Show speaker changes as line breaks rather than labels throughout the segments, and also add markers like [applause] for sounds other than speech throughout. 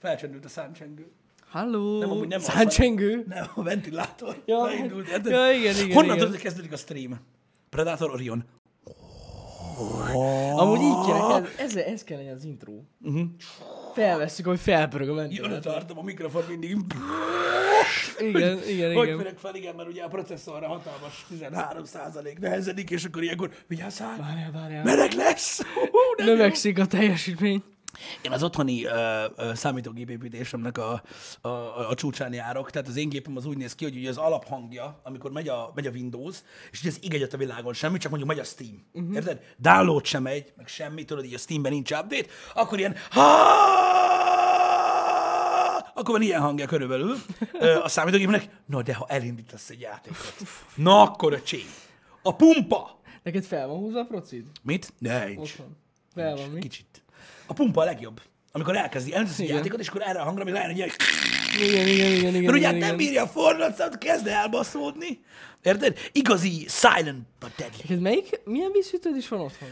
felcsendült a számcsengő.
Halló!
Nem, amúgy nem az,
Száncsengő?
Nem, a ventilátor.
Ja,
Beindult, érted?
ja, igen, igen,
Honnan
igen.
tudod, hogy kezdődik a stream? Predator Orion.
Amúgy így
Ah!
kéne, ez, ez, ez kell legyen az intro. Uh-huh.
Mhm.
Felveszünk, hogy felpörög a
Jön,
ventilátor.
tartom a mikrofon mindig.
Igen, igen,
Hogy
igen.
pörög fel, igen, mert ugye a processzorra hatalmas 13 százalék nehezedik, és akkor ilyenkor vigyázzál,
Várjál, várjál.
meleg lesz! Hú, de jó.
Növekszik a teljesítmény.
Én az otthoni ö, ö, számítógép építésemnek a, a, a, a csúcsán járok, tehát az én gépem az úgy néz ki, hogy ugye az alaphangja, amikor megy a, megy a Windows, és ugye az ég egyet a világon semmi, csak mondjuk megy a Steam. Uh-huh. Érted? Download sem megy, meg semmi, tudod, így a Steamben nincs update, akkor ilyen akkor van ilyen hangja körülbelül ö, a számítógépnek, na de ha elindítasz egy játékot, na akkor a csé. A pumpa!
Neked fel van húzva a procid?
Mit? Nincs.
Otthon. Fel van mi?
Kicsit. A pumpa a legjobb. Amikor elkezdi, elkezdi egy
Igen.
játékot, és akkor erre a hangra még rájön, hogy ilyen-
Igen, igen, igen, igen.
mert ugye
igen,
hát nem
igen.
bírja a fordulatszat, kezd elbaszódni. Érted? Igazi silent but deadly.
Neked melyik, milyen vízhűtőd is van otthon?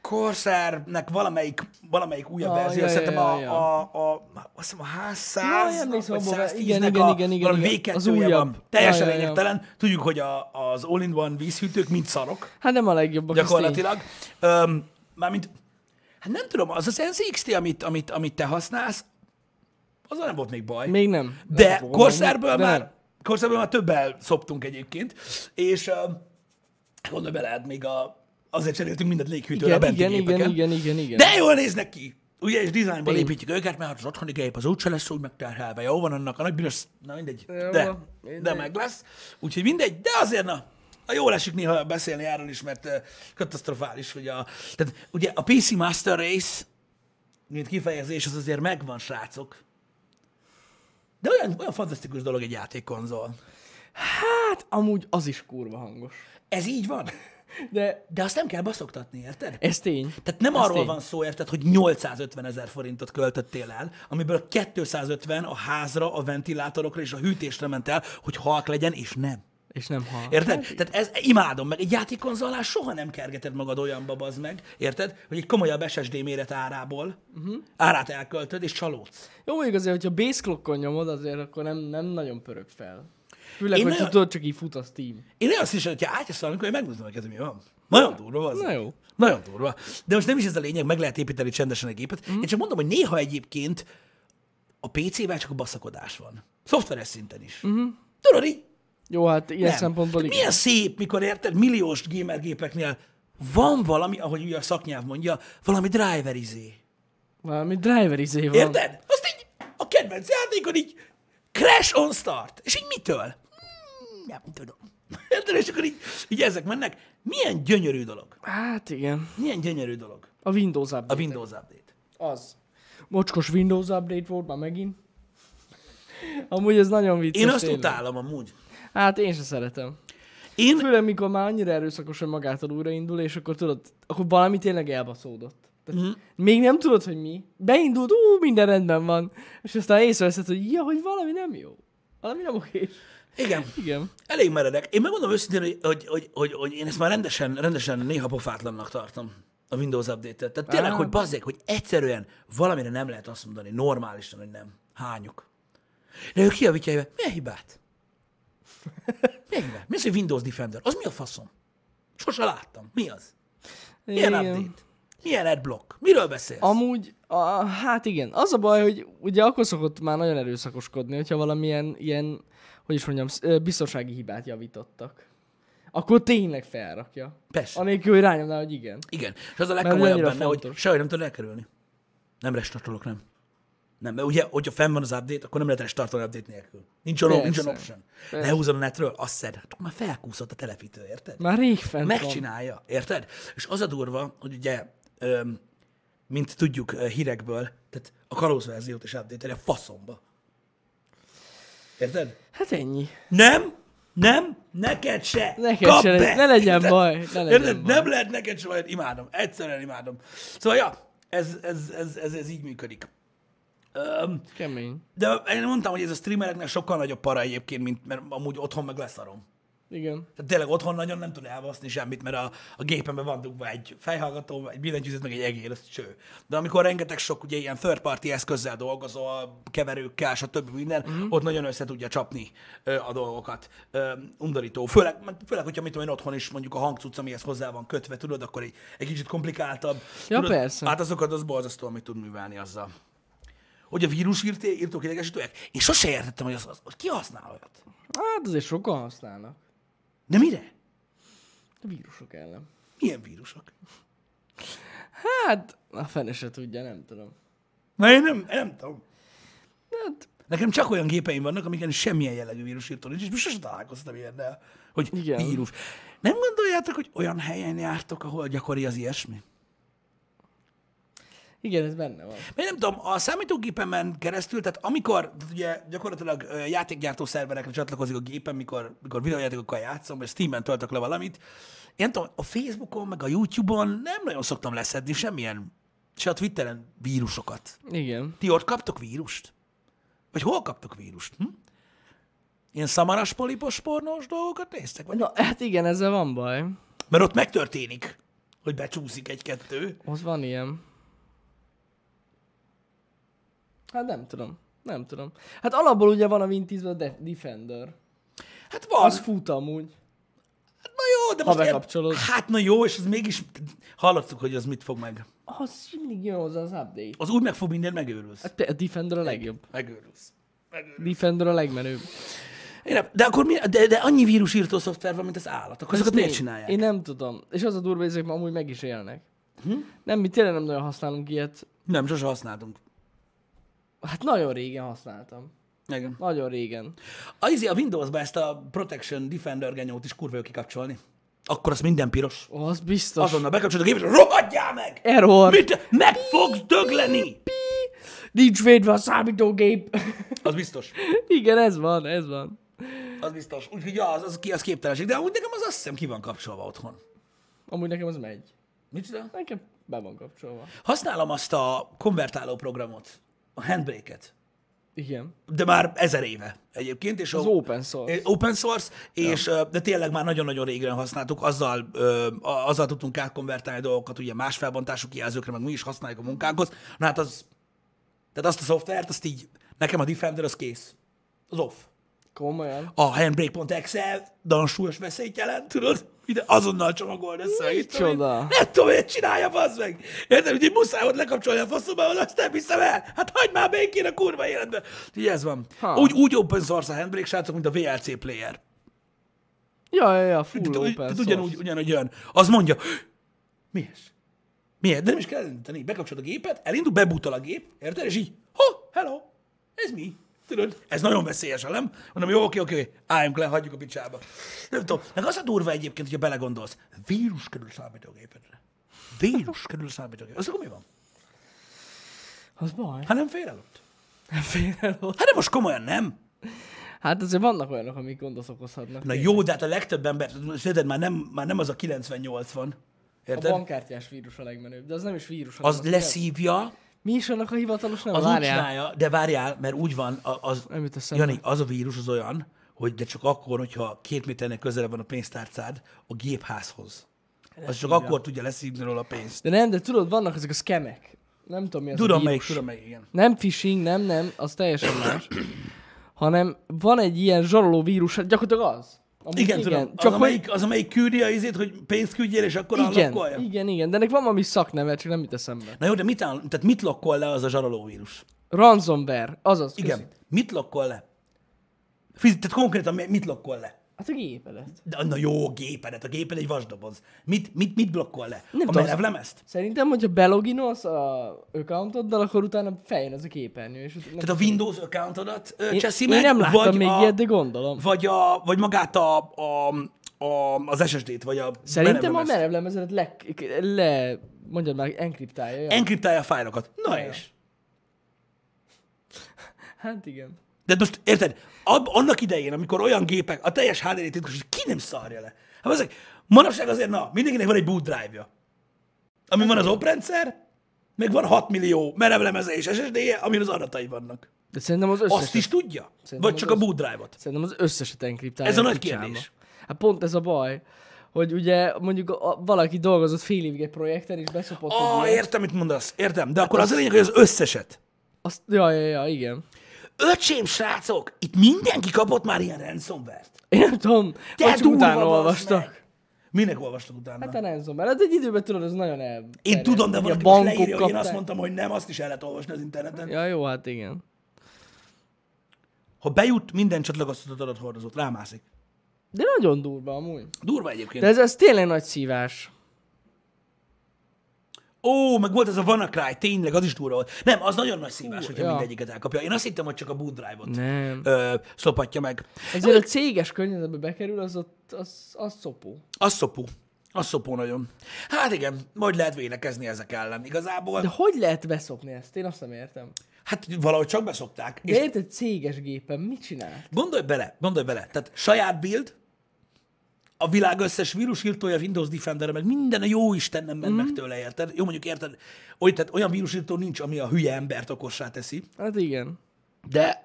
Corsairnek valamelyik, valamelyik újabb
Ah,
verzió,
ja, ja,
szerintem
ja,
a,
ja.
a, a, azt hiszem a H100,
Ja,
vagy
emlékszem, abból-
110
igen,
nek
igen,
a,
igen, igen,
valami
igen. Az
V2-je van.
újabb.
Teljesen
Ja, ja, ja.
lényegtelen. Tudjuk, hogy a, az all-in-one vízhűtők mind szarok.
Hát nem a legjobb.
gyakorlatilag. Öm, mármint, hát nem tudom, az az NZXT, amit, amit, amit te használsz, azzal nem volt még baj.
Még nem.
de
Fogom
Corsairból
mondani, de
már,
nem.
Corsairból már többel szoptunk egyébként, és öm, gondolj bele, hát még a, azért cseréltünk mindent léghűtőre a
Igen,
benti
igen, igen,
gépeken.
igen, igen, igen.
De jól néznek ki! Ugye, és dizájnból
Tény.
építjük őket, mert hát az otthoni gép az úgyse lesz úgy megterhelve. Jó van annak a nagy bűnös, na mindegy,
Jó
de,
van,
de
mindegy.
meg lesz. Úgyhogy mindegy, de azért na, a jól esik néha beszélni erről is, mert ö, katasztrofális, hogy a... Tehát ugye a PC Master Race, mint kifejezés, az azért megvan, srácok. De olyan, olyan fantasztikus dolog egy játékkonzol.
Hát amúgy az is kurva hangos.
Ez így van.
De
De azt nem kell baszoktatni, érted?
ez tény.
Tehát nem
Ez
arról
tény.
van szó, érted, hogy 850 ezer forintot költöttél el, amiből 250 a házra, a ventilátorokra és a hűtésre ment el, hogy halk legyen, és nem.
És nem hal.
Érted? Tehát ez, imádom meg. Egy játékkonzolnál soha nem kergeted magad olyanba, bazd meg, érted? Hogy egy komolyabb SSD méret árából, uh-huh. árát elköltöd, és csalódsz.
Jó, mondjuk azért, hogyha base clockon nyomod, azért akkor nem, nem nagyon pörög fel. Főleg,
Én
hogy
nagyon-
tudod, csak így fut a Steam.
Én olyan szívesen, hogyha átyaszol, amikor én megmutatom neked, hogy mi van. Nagyon durva az.
Na jó.
Nagyon durva. De most nem is ez a lényeg, meg lehet építeni csendesen egy gépet.
Mhm.
Mm. Én csak mondom, hogy néha egyébként a PC-vel csak a baszakodás van. Szoftveres szinten is. Mm-hmm. Tudod, így
Jó, hát ilyen
nem.
Mhm. szempontból igen.
Milyen szép, mikor érted, milliós gamergépeknél van valami, ahogy ugye a szaknyelv mondja, valami driver izé.
Valami driver izé van.
Érted? Azt így a kedvenc játékon így crash on start. És így mitől? Hmm, Nem tudom. [laughs] Érted? És akkor így, így ezek mennek. Milyen gyönyörű dolog.
Hát igen.
Milyen gyönyörű dolog.
A Windows
A
update.
Windows Update.
Az. Mocskos Windows update volt már megint. Amúgy ez nagyon vicces.
Én azt
tényleg.
utálom amúgy.
Hát én se szeretem.
Én,
Főleg, mikor már annyira erőszakosan magától újraindul, és akkor tudod, akkor valami tényleg elbaszódott. Tehát mm. Még nem tudod, hogy mi. Beindult, ú, minden rendben van. És aztán észreveszed, hogy ja, hogy valami nem jó. Valami nem oké.
igen,
[laughs] Igen.
elég meredek. Én megmondom őszintén, hogy, hogy, hogy, hogy, hogy én ezt már rendesen, rendesen néha pofátlannak tartom a Windows Update-et. Tehát tényleg,
Á.
hogy bazzék, hogy egyszerűen valamire nem lehet azt mondani, normálisan, hogy nem. Hányuk. De ő kijavítja, hogy milyen hibát? Milyen hibát? Mi az, hogy Windows Defender? Az mi a faszom? Sose láttam. Mi az? Milyen
Igen.
update? Milyen adblock? Miről beszélsz?
Amúgy, a, hát igen, az a baj, hogy ugye akkor szokott már nagyon erőszakoskodni, hogyha valamilyen ilyen, hogy is mondjam, sz- ö, biztonsági hibát javítottak. Akkor tényleg felrakja.
Persze.
Anélkül, hogy rányomnál, hogy igen.
Igen, és az a
Mert
legkomolyabb
annyira
benne, hogy
fontos.
sehogy nem tudod elkerülni. Nem restartolok, nem. Nem, mert ugye, hogyha fenn van az update, akkor nem lehet restartolni update nélkül. Nincs olyan, nincs olyan
Persze.
option.
Persze.
Lehúzod a netről, azt szed, hát akkor már felkúszott a telepítő, érted?
Már rég fent van.
Megcsinálja, érted? És az a durva, hogy ugye, öm, mint tudjuk ö, hírekből, tehát a kalóz verziót is update a faszomba. Érted?
Hát ennyi.
Nem, nem, neked se.
Neked
Kap
se le-
be.
ne legyen
Érted?
baj, ne legyen
Érted?
baj.
Nem lehet neked se baj, imádom, egyszerűen imádom. Szóval, ja, ez, ez, ez, ez, ez így működik. Öm,
Kemény.
de én mondtam, hogy ez a streamereknek sokkal nagyobb para egyébként, mint mert amúgy otthon meg leszarom.
Igen.
Tehát tényleg otthon nagyon nem tud elbaszni semmit, mert a, a gépemben van dugva egy fejhallgató, egy billentyűzet, meg egy egér, ez cső. De amikor rengeteg sok ugye ilyen third party eszközzel dolgozol, keverőkkel, stb. minden,
Mhm.
mm-hmm. ott nagyon össze tudja csapni ö, a dolgokat. Ö, undorító. Főleg, főleg, hogyha mit tudom én otthon is mondjuk a hangcucc, amihez hozzá van kötve, tudod, akkor egy, egy kicsit komplikáltabb.
Ja,
tudod,
persze.
Hát azokat az borzasztó, amit tud művelni azzal. Hogy a vírus írt, írtók idegesítőek? Én sose értettem, hogy, az, az, hogy ki használ olyat.
Hát azért sokan használnak.
De mire?
A vírusok ellen.
Milyen vírusok?
Hát, a fene se tudja, nem tudom.
Na én nem, én nem tudom.
Hát,
Nekem csak olyan gépeim vannak, amiken semmilyen jellegű vírusírtó nincs, és most sosem találkoztam ilyennel, hogy Igen.
Igen.
vírus. Nem gondoljátok, hogy olyan helyen jártok, ahol gyakori az ilyesmi?
igen, ez benne van.
Mert nem tudom, a számítógépemen keresztül, tehát amikor tehát ugye gyakorlatilag ö, játékgyártó szerverekre csatlakozik a gépem, mikor, mikor videójátékokkal játszom, vagy Steam-en töltök le valamit, én nem tudom, a Facebookon, meg a YouTube-on nem nagyon szoktam leszedni semmilyen, se a Twitteren vírusokat.
Igen.
Ti ott kaptok vírust? Vagy hol kaptok vírust? Hm? Ilyen szamaras polipos pornós dolgokat néztek? Vagy?
Na, hát igen, ezzel van baj.
Mert ott megtörténik, hogy becsúszik egy-kettő.
Ott van ilyen. Hát nem tudom. Nem tudom. Hát alapból ugye van a Win 10 a De- Defender.
Hát
Az
van,
fut amúgy.
hát na jó, de
Ha
most...
bekapcsolod.
Hát na jó, és az mégis... Hallottuk, hogy az mit fog meg.
Az mindig jön hozzá az update.
Az úgy meg fog mindent, megőrülsz.
Hát pe- a Defender a legjobb.
Megőrülsz. Megőrülsz.
Defender a legmenőbb.
Én nem, de akkor mi, de, de annyi vírusírtó szoftver van, mint az állat. Akkor azokat
Ezt
miért
én-
csinálják?
Én
Én...
nem tudom. És az a durva, hogy ezek ma amúgy meg is élnek. Hm? Nem, mi tényleg nem nagyon használunk ilyet.
Nem, sose használtunk.
Hát nagyon régen használtam.
Igen.
Nagyon régen.
A, izé, a Windows-ba ezt a Protection Defender genyót is kurva jó kikapcsolni. Akkor az minden piros.
Ó, az biztos.
Azonnal bekapcsolod a gépet, és rohadjál meg!
Error.
Mit? Meg fogsz dögleni!
Nincs védve a számítógép.
Az biztos.
[laughs] Igen, ez van, ez van.
Az biztos. Úgyhogy ja, az, az, ki az képtelenség. De amúgy nekem az azt hiszem ki van kapcsolva otthon.
Amúgy nekem az megy.
Mit csinál?
Nekem be van kapcsolva.
Használom azt a konvertáló programot, a handbrake-et.
Igen.
De már ezer éve egyébként. És
Az
a,
open source.
É, Open source, és ö, de tényleg már nagyon-nagyon régen használtuk, azzal, ö, a- azzal tudtunk átkonvertálni dolgokat, ugye más felbontású kijelzőkre, meg mi is használjuk a munkánkhoz. Na hát az, tehát azt a szoftvert, azt így, nekem a Defender az kész. Az off.
Komolyan.
A handbrake.exe nagyon súlyos veszélyt jelent, tudod? Ide azonnal csomagold össze. mit tudom én.
Micsoda?
Nem tudom, hogy csinálja, bazd meg. Érted, hogy így muszáj ott lekapcsolni a faszomba, hogy azt nem hiszem el. Hát hagyd már békén a kurva életbe. Így ez van.
Ha.
Úgy, úgy open source a handbrake, srácok, mint a VLC player.
Ja, ja, ja, full
Tehát, ugy-
open
tehát
source.
ugyanúgy, ugyanúgy jön. Az mondja, mi ez? Mi ez? De nem is kell elindítani. Bekapcsolod a gépet, elindul, bebutol a gép, érted? És így, ho, hello, ez mi? Tudod, ez nagyon veszélyes, ha nem? Mondom, jó, oké, oké, álljunk le, hagyjuk a picsába. Nem tudom, meg az a durva egyébként, hogyha belegondolsz, vírus kerül a számítógépedre. Vírus kerül a számítógépedre. Az akkor mi van?
Az [laughs] baj.
Hát nem fél előtt.
Féleló.
Hát de most komolyan nem.
Hát azért vannak olyanok, amik gondot okozhatnak.
Na jó, de hát a legtöbb ember, érted, már nem, már nem az a 90-80 van.
a
Érted?
bankkártyás vírus a legmenőbb, de az nem is vírus. hanem
Az leszívja,
Mi is annak a hivatalos neve?
Az úgy
Várjál.
csinálja, de várjál, mert úgy van, a- az,
Nem jut eszembe.
Jani, az a vírus az olyan, hogy de csak akkor, hogyha két méternek közelebb van a pénztárcád a gépházhoz. Az csak akkor tudja leszívni róla a pénzt.
De nem, de tudod, vannak ezek a skemek. Nem tudom, mi az a
Tudom
vírus.
melyik, tudom melyik, igen.
Nem phishing, nem, nem, az teljesen más. Hanem van egy ilyen zsaroló vírus, hát gyakorlatilag az. Amúgy
Igen, tudom.
Csak
az,
hogy...
amelyik, az, amelyik küldi a izét, hogy pénzt küldjél, és akkor allokkolja.
igen, igen, igen, de ennek van valami szakneve, csak nem jut eszembe.
Na jó, de mit, áll, tehát mit lokkol le az a zsarolóvírus?
Ransomware, azaz.
Igen.
köszi.
Mit lokkol le? Fiz- tehát konkrétan mi- mit lokkol le?
Hát a gépedet.
De, na jó, a gépedet, a géped egy vasdoboz. Mit, mit, mit blokkol le?
Nem
a
tudom,
merevlemezt?
Szerintem, hogyha beloginolsz a accountoddal, akkor utána feljön ez a képernyő. És utána...
Tehát a Windows accountodat ö,
én,
cseszi meg,
én nem láttam
vagy,
még
a,
ilyet, de gondolom.
vagy, a, vagy magát a, a, a, az SSD-t, vagy a
Szerintem a
merevlemezt.
merevlemezedet le, le, mondjad már, enkriptálja. Ja.
Enkriptálja a fájlokat. Na
Ja.
és.
Hát igen.
De most érted, ab, annak idején, amikor olyan gépek, a teljes HDD titkos, hogy ki nem szarja le. Hát ezek, manapság azért, na, mindenkinek van egy boot drive-ja. Ami
Hát
van az oprendszer, meg van 6 millió merevlemeze és SSD-je, amin az adatai vannak.
De szerintem az összeset,
Azt is tudja?
Szerintem
Vagy
az
csak a
az-
boot drive-ot?
szerintem az összeset enkriptálja.
Ez a nagy
picsába.
kérdés.
Hát pont ez a baj, hogy ugye mondjuk a, a, valaki dolgozott fél évig egy projekten, és beszopott egy Hát
Ah,
ilyet.
értem, mit mondasz, értem. De akkor az a lényeg, hogy az összeset.
Azt, ja, ja, ja, igen. [laughs]
Öcsém, srácok, itt mindenki kapott már ilyen ransomware-t.
Én nem tudom, vagy csak utána
bazd
olvastak.
meg. Minek olvastak utána?
Hát a ransomware, hát egy időben tudod, ez nagyon el...
Én
terjed.
tudom, de
Ugye
valaki most
bankok
leírja, hogy én azt
kapták.
mondtam, hogy nem, azt is el lehet olvasni az interneten.
Ja, jó, hát igen.
Ha bejut, minden csatlakoztatott adathordozót rámászik.
De nagyon durva amúgy.
Durva egyébként.
De ez, ez tényleg nagy szívás.
Ó, meg volt ez a WannaCry, tényleg, az is durva volt. Nem, az nagyon nagy szívás, hogyha
ja.
mindegyiket elkapja. Én azt hittem, hogy csak a boot drive-ot
Nem.
ö, szopatja meg.
Azért a céges környezetbe bekerül, az ott, az, az szopó.
Az szopó. Az szopó nagyon. Hát igen, majd lehet védekezni ezek ellen. Igazából,
De hogy lehet beszopni ezt? Én azt nem értem.
hát valahogy csak beszopták.
De
És
érted, céges gépen mit csinál?
gondolj bele, gondolj bele. Tehát saját build, a világ összes vírusírtója, Windows Defender, meg minden a jó Isten nem ment meg tőle, érted? Jó, mondjuk érted, olyan, tehát olyan vírusírtó nincs, ami a hülye embert okossá teszi,
Hát igen.
de,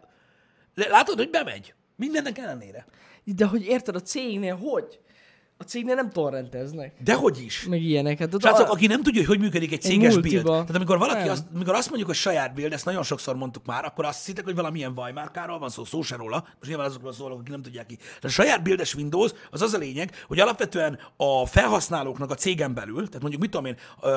de látod, hogy bemegy. Mindennek ellenére.
De hogy érted, a cégnél hogy? A cégnél nem torrenteznek.
Dehogy is.
Meg ilyenek. Hát ott
Srácok,
a-
aki nem tudja, hogy hogy működik egy céges build.
multiba.
Tehát amikor, valaki
Nem.
azt, amikor azt mondjuk, hogy saját build, ezt nagyon sokszor mondtuk már, akkor azt hittek, hogy valamilyen vajmárkáról van szó, szó se róla. Most nyilván azokról szólok, akik nem tudják ki. Tehát a saját buildes Windows az az a lényeg, hogy alapvetően a felhasználóknak a cégen belül, tehát mondjuk mit tudom én, ö,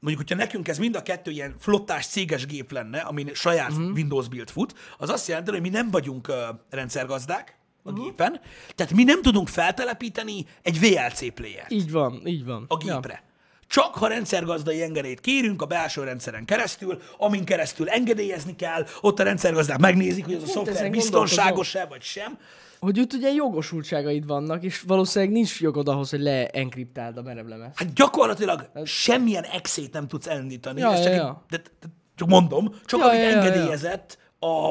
mondjuk, hogyha nekünk ez mind a kettő ilyen flottás céges gép lenne, amin saját
Mhm.
Windows build fut, az azt jelenti, hogy mi nem vagyunk ö, rendszergazdák a
Mhm.
gépen, tehát mi nem tudunk feltelepíteni egy VLC player
Így van, így van.
a gépre. Csak ha rendszergazdai engedélyt kérünk a belső rendszeren keresztül, amin keresztül engedélyezni kell, ott a rendszergazdák megnézik, hogy az a szoftver
Hát ezen
biztonságos-e vagy sem.
Hogy ott ugye jogosultságaid vannak, és valószínűleg nincs jogod ahhoz, hogy leenkriptáld a merevlemezt.
Hát gyakorlatilag semmilyen exét nem tudsz elindítani.
Ja,
ez csak,
ja,
egy-
ja.
De, de, csak mondom, csak
Ja,
amit
ja, ja, ja.
engedélyezett a,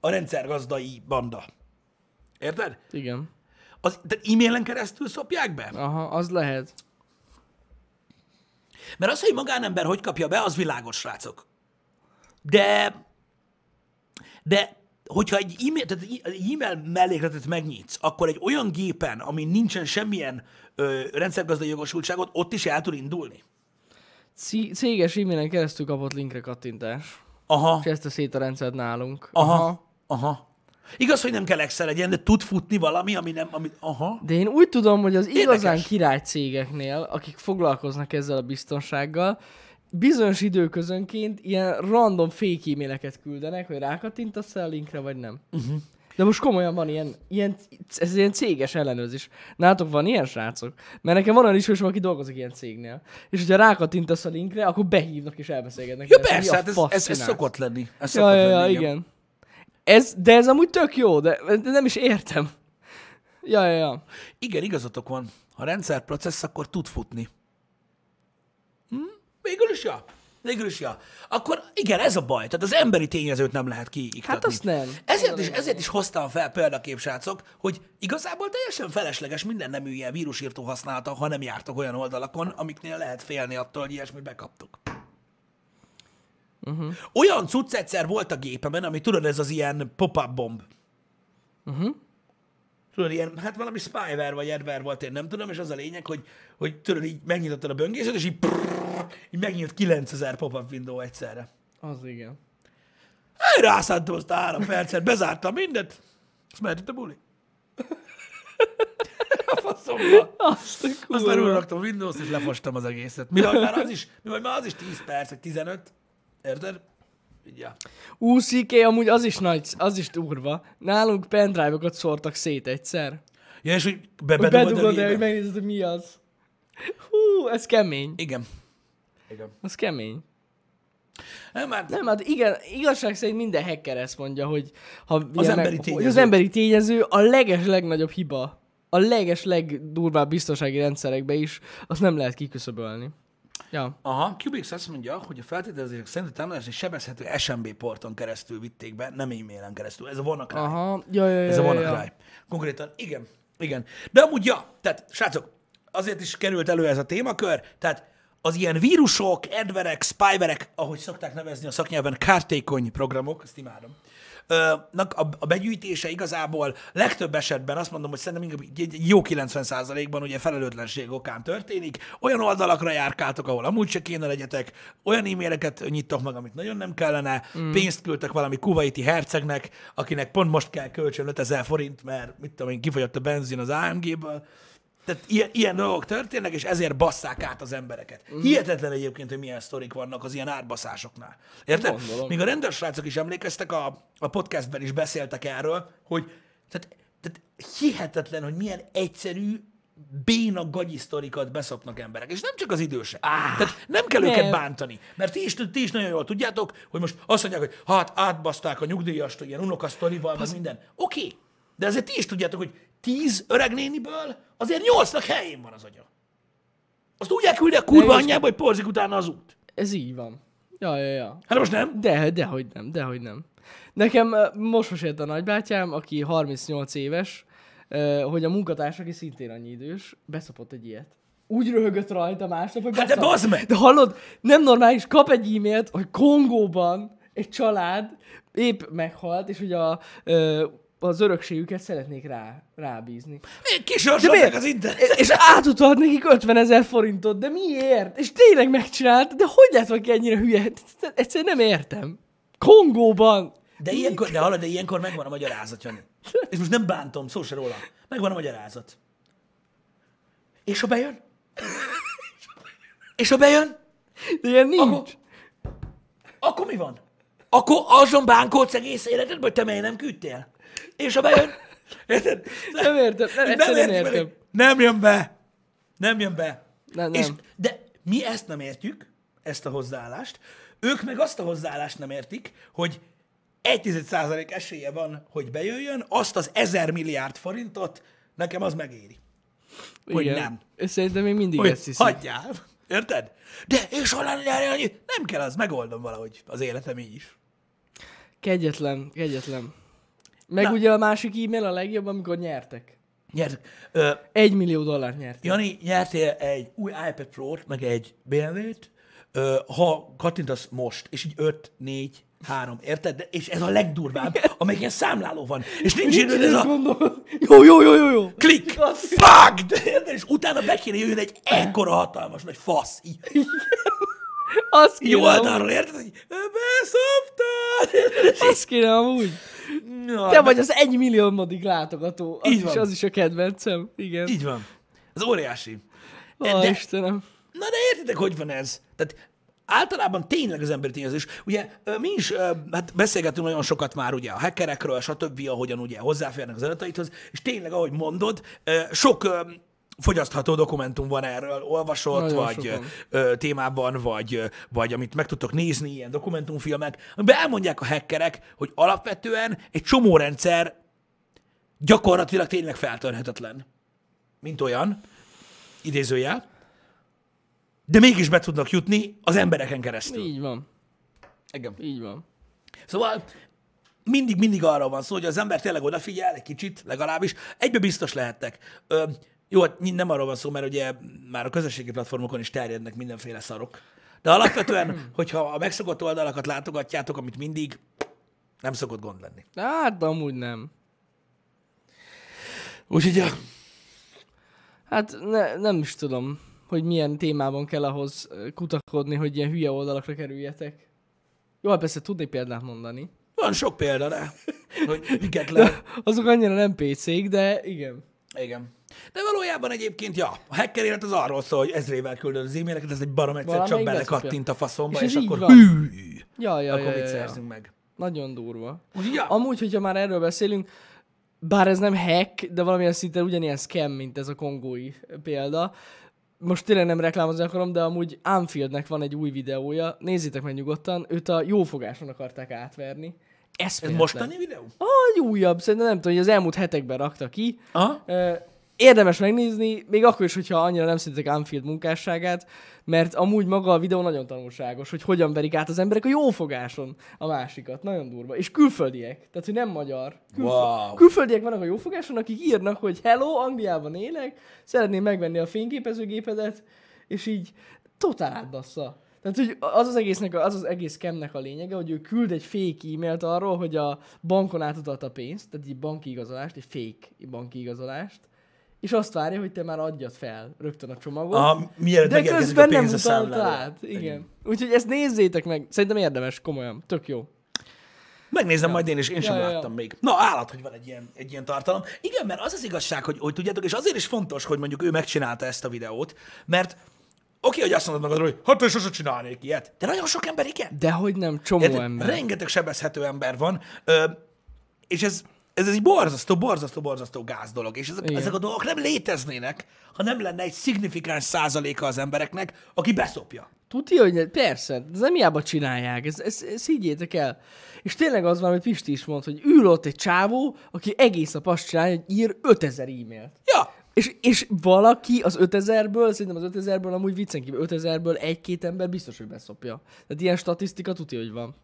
a rendszergazdai banda. Érted?
Igen.
Az, de e-mailen keresztül szopják be?
Aha, az lehet.
Mert az, hogy magánember hogy kapja be, az világos, srácok. De, de hogyha egy e-mail, tehát egy egy e-mail mellékletet megnyitsz, akkor egy olyan gépen, amin nincsen semmilyen ö, rendszergazdai jogosultságot, ott is el tud indulni.
C- céges e-mailen keresztül kapott linkre kattintás.
Aha,
És ezt a szét a rendszert nálunk.
aha, aha. Igaz, hogy nem kell Excel legyen, de tud futni valami, ami nem, ami, aha.
De én úgy tudom, hogy az igazán
Érdekes.
király cégeknél, akik foglalkoznak ezzel a biztonsággal, bizonyos időközönként ilyen random fake e-maileket küldenek, hogy rákattintasz el a linkre, vagy nem.
Mhm.
Uh-huh. De most komolyan van ilyen, ilyen, ez ilyen céges ellenőrzés. Nátok van ilyen srácok? Mert nekem van olyan ismerősöm, aki dolgozik ilyen cégnél. És hogyha rákattintasz a linkre, akkor behívnak és elbeszélgetnek.
Ja
veled, hogy mi
persze,
a
hát ez,
fasz
ez, ez
csinálsz.
szokott lenni. Ez
Ja,
szokott
ja, ja,
lenni,
igen. Ez, de ez amúgy tök jó, de de nem is értem. Ja, ja, ja.
Igen, igazatok van. Ha rendszer processz, akkor tud futni. Hm? Végül is ja. Végül is ja. Akkor igen, ez a baj. Tehát az emberi tényezőt nem lehet kiiktatni.
Hát azt nem.
Ezért is, ezért is hoztam fel példakép, srácok, hogy igazából teljesen felesleges minden nemű ilyen vírusírtó használata, ha nem jártok olyan oldalakon, amiknél lehet félni attól, hogy ilyesmit bekaptok.
Mhm.
Uh-huh. Olyan cucc egyszer volt a gépemen, ami tudod, ez az ilyen pop-up bomb tudod, ilyen, hát valami spyware vagy adware volt, én nem tudom, és az a lényeg, hogy, hogy tudod, így megnyitottad a böngészőt, és így, prrrr, így megnyílt 9000 pop-up window egyszerre.
Az igen.
Én rászántam azt a három percet, bezártam mindent, azt mehetett a buli. [laughs] A faszomba.
Azt a
Aztán
kurva.
újra a Windows, és lefostam az egészet. Mi vagy már az is, mi vagy már az is 10 perc, vagy 15, érted? Így, Ja.
UCK amúgy az is nagy, az is durva. Nálunk pendrive-okat szórtak szét egyszer.
ja, és hogy be-
Hogy
bedugod a
bedugod el, hogy
gébe.
megnézed, hogy mi az. Hú, ez kemény.
Igen. Igen.
Az kemény.
Nem, már
Nem, hát igen, igazság szerint minden hacker ezt mondja, hogy ha az,
emberi
hogy az
tényező.
emberi tényező a leges legnagyobb hiba. A leges legdurvább biztonsági rendszerekbe is, azt nem lehet kiküszöbölni. Ja.
Aha, Cubix azt mondja, hogy a feltételezések szerint a támadást egy sebezhető SMB porton keresztül vitték be, nem e-mailen keresztül. Ez a WannaCry.
Aha. Ja, ja, ja,
Ez a
ja, ja.
WannaCry. Konkrétan, igen, igen. De amúgy, ja, tehát srácok, azért is került elő ez a témakör, tehát az ilyen vírusok, adverek, spyverek, ahogy szokták nevezni a szaknyelven, kártékony programok, ezt imádom, ö, nak a, a begyűjtése igazából legtöbb esetben azt mondom, hogy szerintem inkább egy- egy jó 90%-ban ugye felelőtlenség okán történik. Olyan oldalakra járkáltok, ahol amúgy se kéne legyetek, olyan e-maileket nyittok meg, amit nagyon nem kellene, mm. pénzt küldtek valami kuvaiti hercegnek, akinek pont most kell kölcsön 5000 forint, mert mit tudom én, kifogyott a benzin az AMG-ből. Tehát ilyen, ilyen dolgok történnek, és ezért basszák át az embereket. Hihetetlen egyébként, hogy milyen sztorik vannak az ilyen átbaszásoknál. Érted?
Gondolom.
Még a rendőr srácok is emlékeztek, a, a podcastben is beszéltek erről, hogy tehát, tehát hihetetlen, hogy milyen egyszerű, béna gagyi sztorikat beszopnak emberek. És nem csak az idősek. Ah, tehát nem kell
nem.
őket bántani. Mert ti is, ti is nagyon jól tudjátok, hogy most azt mondják, hogy hát átbaszták a nyugdíjast, ilyen unokasztorival, meg minden. Oké, okay. de azért ti is tudjátok, hogy tíz öreg néniből azért nyolcnak helyén van az agya. Azt úgy elküldi a kurva
De és-
anyjába, hogy porzik utána az út.
Ez így van. Ja, ja, ja.
Hát most nem?
De, dehogy nem, dehogy nem. Nekem ö, most most jött a nagybátyám, aki 38 éves, ö, hogy a munkatárs, aki szintén annyi idős, beszopott egy ilyet. Úgy röhögött rajta másnap, hogy
Hát de
beszopott.
bazd meg!
De hallod, nem normális, kap egy e-mailt, hogy Kongóban egy család épp meghalt, és hogy a, ö, az örökségüket szeretnék rá, rábízni.
Kisorsolták az internet.
És átutalt nekik 50 ezer forintot, de miért? És tényleg megcsinált, de hogy lett valaki ennyire hülye? Egyszerűen nem értem. Kongóban.
De ilyenkor, de hallod, de ilyenkor megvan a magyarázat, Jani. És most nem bántom, szó se róla. Megvan a magyarázat. És ha bejön? És ha bejön,
De ilyen nincs.
akkor mi van? Akkor azon bánkodsz egész életedben, hogy te miért nem küldtél? És ha bejön? Érted?
Nem értem, nem, egyszerűen nem
értjük meg,
értem.
hogy Nem jön be. Nem jön be.
Nem,
És,
nem.
de mi ezt nem értjük, ezt a hozzáállást. Ők meg azt a hozzáállást nem értik, hogy 1,1% esélye van, hogy bejöjjön, azt az 1000 milliárd forintot nekem az megéri. hogy
Igen.
nem.
És szerintem még mindig
Hogy
ezt hiszem.
hagyjál. Érted? De és hol lenne erre annyi? Nem kell, az megoldom valahogy az életem így is.
Kegyetlen, kegyetlen. Meg
Na.
ugye a másik e-mail a legjobb, amikor nyertek.
Nyertek. Ö,
Egy millió dollárt nyertek.
Jani, nyertél egy új iPad Pro-t, meg egy BMW-t, ö, ha kattintasz most, és így 5, 4, 3, érted? De, és ez a legdurvább, amelyik ilyen számláló van. És nincs időd, ez
Én
a
gondolom. Jó, jó, jó, jó, jó.
klik, fuck, de, érted? és utána be kéne jöjjön egy ekkora hatalmas nagy fasz, így
Azt
jó hát
kérem,
oldalról, érted? Hogy beszoptad!
azt kérem amúgy.
Na,
Te vagy az egy milliómodik látogató. Az
Így
is,
van.
az is a kedvencem. Igen.
Így van. Ez óriási.
Ó,
de-
Istenem.
Na de értitek, hogy van ez? Tehát általában tényleg az emberi tényezés. Ugye ö, mi is ö, hát beszélgetünk nagyon sokat már ugye a hackerekről, stb., ahogyan ugye hozzáférnek az adataithoz, és tényleg, ahogy mondod, ö, sok ö, fogyasztható dokumentum van erről, olvasott,
Nagyon
vagy
sokan.
ö, témában, vagy, ö, vagy amit meg tudtok nézni, ilyen dokumentumfilmek, amiben elmondják a hackerek, hogy alapvetően egy csomó rendszer gyakorlatilag tényleg feltörhetetlen, mint olyan, idézőjel, de mégis be tudnak jutni az embereken keresztül.
Így van.
Igen.
Így van.
Szóval mindig, mindig arra van szó, hogy az ember tényleg odafigyel egy kicsit, legalábbis. Egybe biztos lehettek. Ö, jó, hát ny- nem arról van szó, mert ugye már a közösségi platformokon is terjednek mindenféle szarok. De [laughs] alapvetően, hogyha a megszokott oldalakat látogatjátok, amit mindig, nem szokott gond lenni.
Hát amúgy nem.
Úgyhogy a...
Hát ne, nem is tudom, hogy milyen témában kell ahhoz ö, kutakodni, hogy ilyen hülye oldalakra kerüljetek. Jó, hát persze tudnék példát mondani. [laughs]
van sok példa rá, [laughs] hogy miket lehet
Azok annyira nem pécék, de igen.
Igen. De valójában egyébként, ja, a hacker élet az arról szól, hogy ezrével küldöd az e-maileket, ez egy barom egyszer csak
Valamelyik
belekattint
beszopja.
a faszomba,
És
és,
ez
és
így
akkor
van.
hű,
Ja, ja,
akkor
ja,
mit
ja, ja.
szerzünk meg.
Nagyon durva.
Úgyhogy, ja,
Amúgy, hogyha már erről beszélünk, bár ez nem hack, de valamilyen szinten ugyanilyen scam, mint ez a kongói példa. Most tényleg nem reklámozni akarom, de amúgy Anfieldnek van egy új videója, nézzétek meg nyugodtan, őt a jófogáson akarták átverni.
ez
Eszméletlen.
mostani videó?
Ah, egy újabb, szerintem nem tudom, hogy az elmúlt hetekben rakta ki.
Aha.
Ö, Érdemes megnézni, még akkor is, hogyha annyira nem szerintek Anfield munkásságát, mert amúgy maga a videó nagyon tanulságos, hogy hogyan verik át az emberek a jófogáson a másikat. Nagyon durva. És külföldiek. Tehát, hogy nem magyar. Külfö-
Wow.
Külföldiek vannak a jófogáson, akik írnak, hogy hello, Angliában élek, szeretném megvenni a fényképezőgépedet, és így totál átbassza. Tehát, hogy az az, egésznek, a- az az egész kemnek a lényege, hogy ő küld egy fake e-mailt arról, hogy a bankon átutalta a pénzt, tehát egy banki igazolást, egy fake banki igazolást, és azt várja, hogy te már adjad fel rögtön a csomagot.
Aha, mielőtt
Ah, de
megérkezik
közben
a
nem
pénz a
utalt
számlára.
át. Igen. Úgyhogy ezt nézzétek meg. Szerintem érdemes, komolyan. Tök jó.
Megnézem majd én is, én sem
Ja, ja, ja.
láttam még. Na, állat, hogy van egy ilyen, egy ilyen tartalom. Igen, mert az az igazság, hogy, hogy tudjátok, és azért is fontos, hogy mondjuk ő megcsinálta ezt a videót, mert oké, hogy azt mondod magadról, hogy hát én sose csinálnék ilyet, de nagyon sok ember igen.
De hogy nem, csomó
Érted?
ember.
Rengeteg sebezhető ember van, ö, és ez, ez, ez egy borzasztó, borzasztó, borzasztó gáz dolog, és ezek,
Igen.
ezek a dolgok nem léteznének, ha nem lenne egy szignifikáns százaléka az embereknek, aki beszopja.
Tudja, hogy ne- persze, ez nem hiába csinálják, ezt, ezt, ezt higgyétek el. És tényleg az van, amit Pisti is mond, hogy ül ott egy csávó, aki egész nap azt csinálja, hogy ír 5000 e-mailt.
Ja,
És, és valaki az 5000-ből, szerintem az 5000-ből, amúgy viccen kívül 5000-ből egy-két ember biztos, hogy beszopja. Tehát ilyen statisztika tudja, hogy van.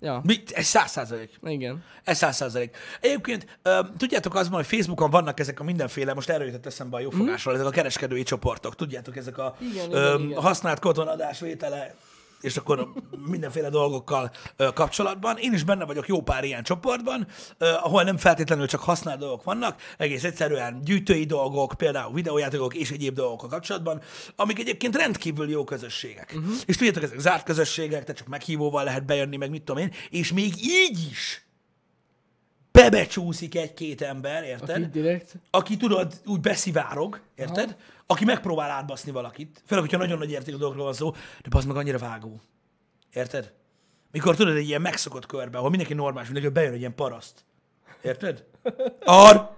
Ja,
mit, ez száz százalék.
igen.
Ez száz százalék. Egyébként, ö, tudjátok az van, hogy Facebookon vannak ezek a mindenféle, most erről jutott eszembe a jófogásról, ezek a kereskedői csoportok, tudjátok, ezek a
Mhm. Igen,
ö,
igen, igen.
használt katonadás vétele, és akkor a mindenféle dolgokkal ö, kapcsolatban. Én is benne vagyok jó pár ilyen csoportban, ö, ahol nem feltétlenül csak használt dolgok vannak, egész egyszerűen gyűjtői dolgok, például videójátékok és egyéb dolgokkal kapcsolatban, amik egyébként rendkívül jó közösségek.
Mhm.
Uh-huh. És tudjátok, ezek zárt közösségek, tehát csak meghívóval lehet bejönni, meg mit tudom én, és még így is bebecsúszik egy-két ember, érted?
Aki
Aki,
direkt.
aki tudod, úgy beszivárog, érted? Aha. Aki megpróbál átbaszni valakit, főleg, hogyha nagyon nagy értékű dolgokról van szó, de az meg annyira vágó. Érted? Mikor tudod, egy ilyen megszokott körbe, ahol mindenki normális, mindenki bejön egy ilyen paraszt. Érted? Ar!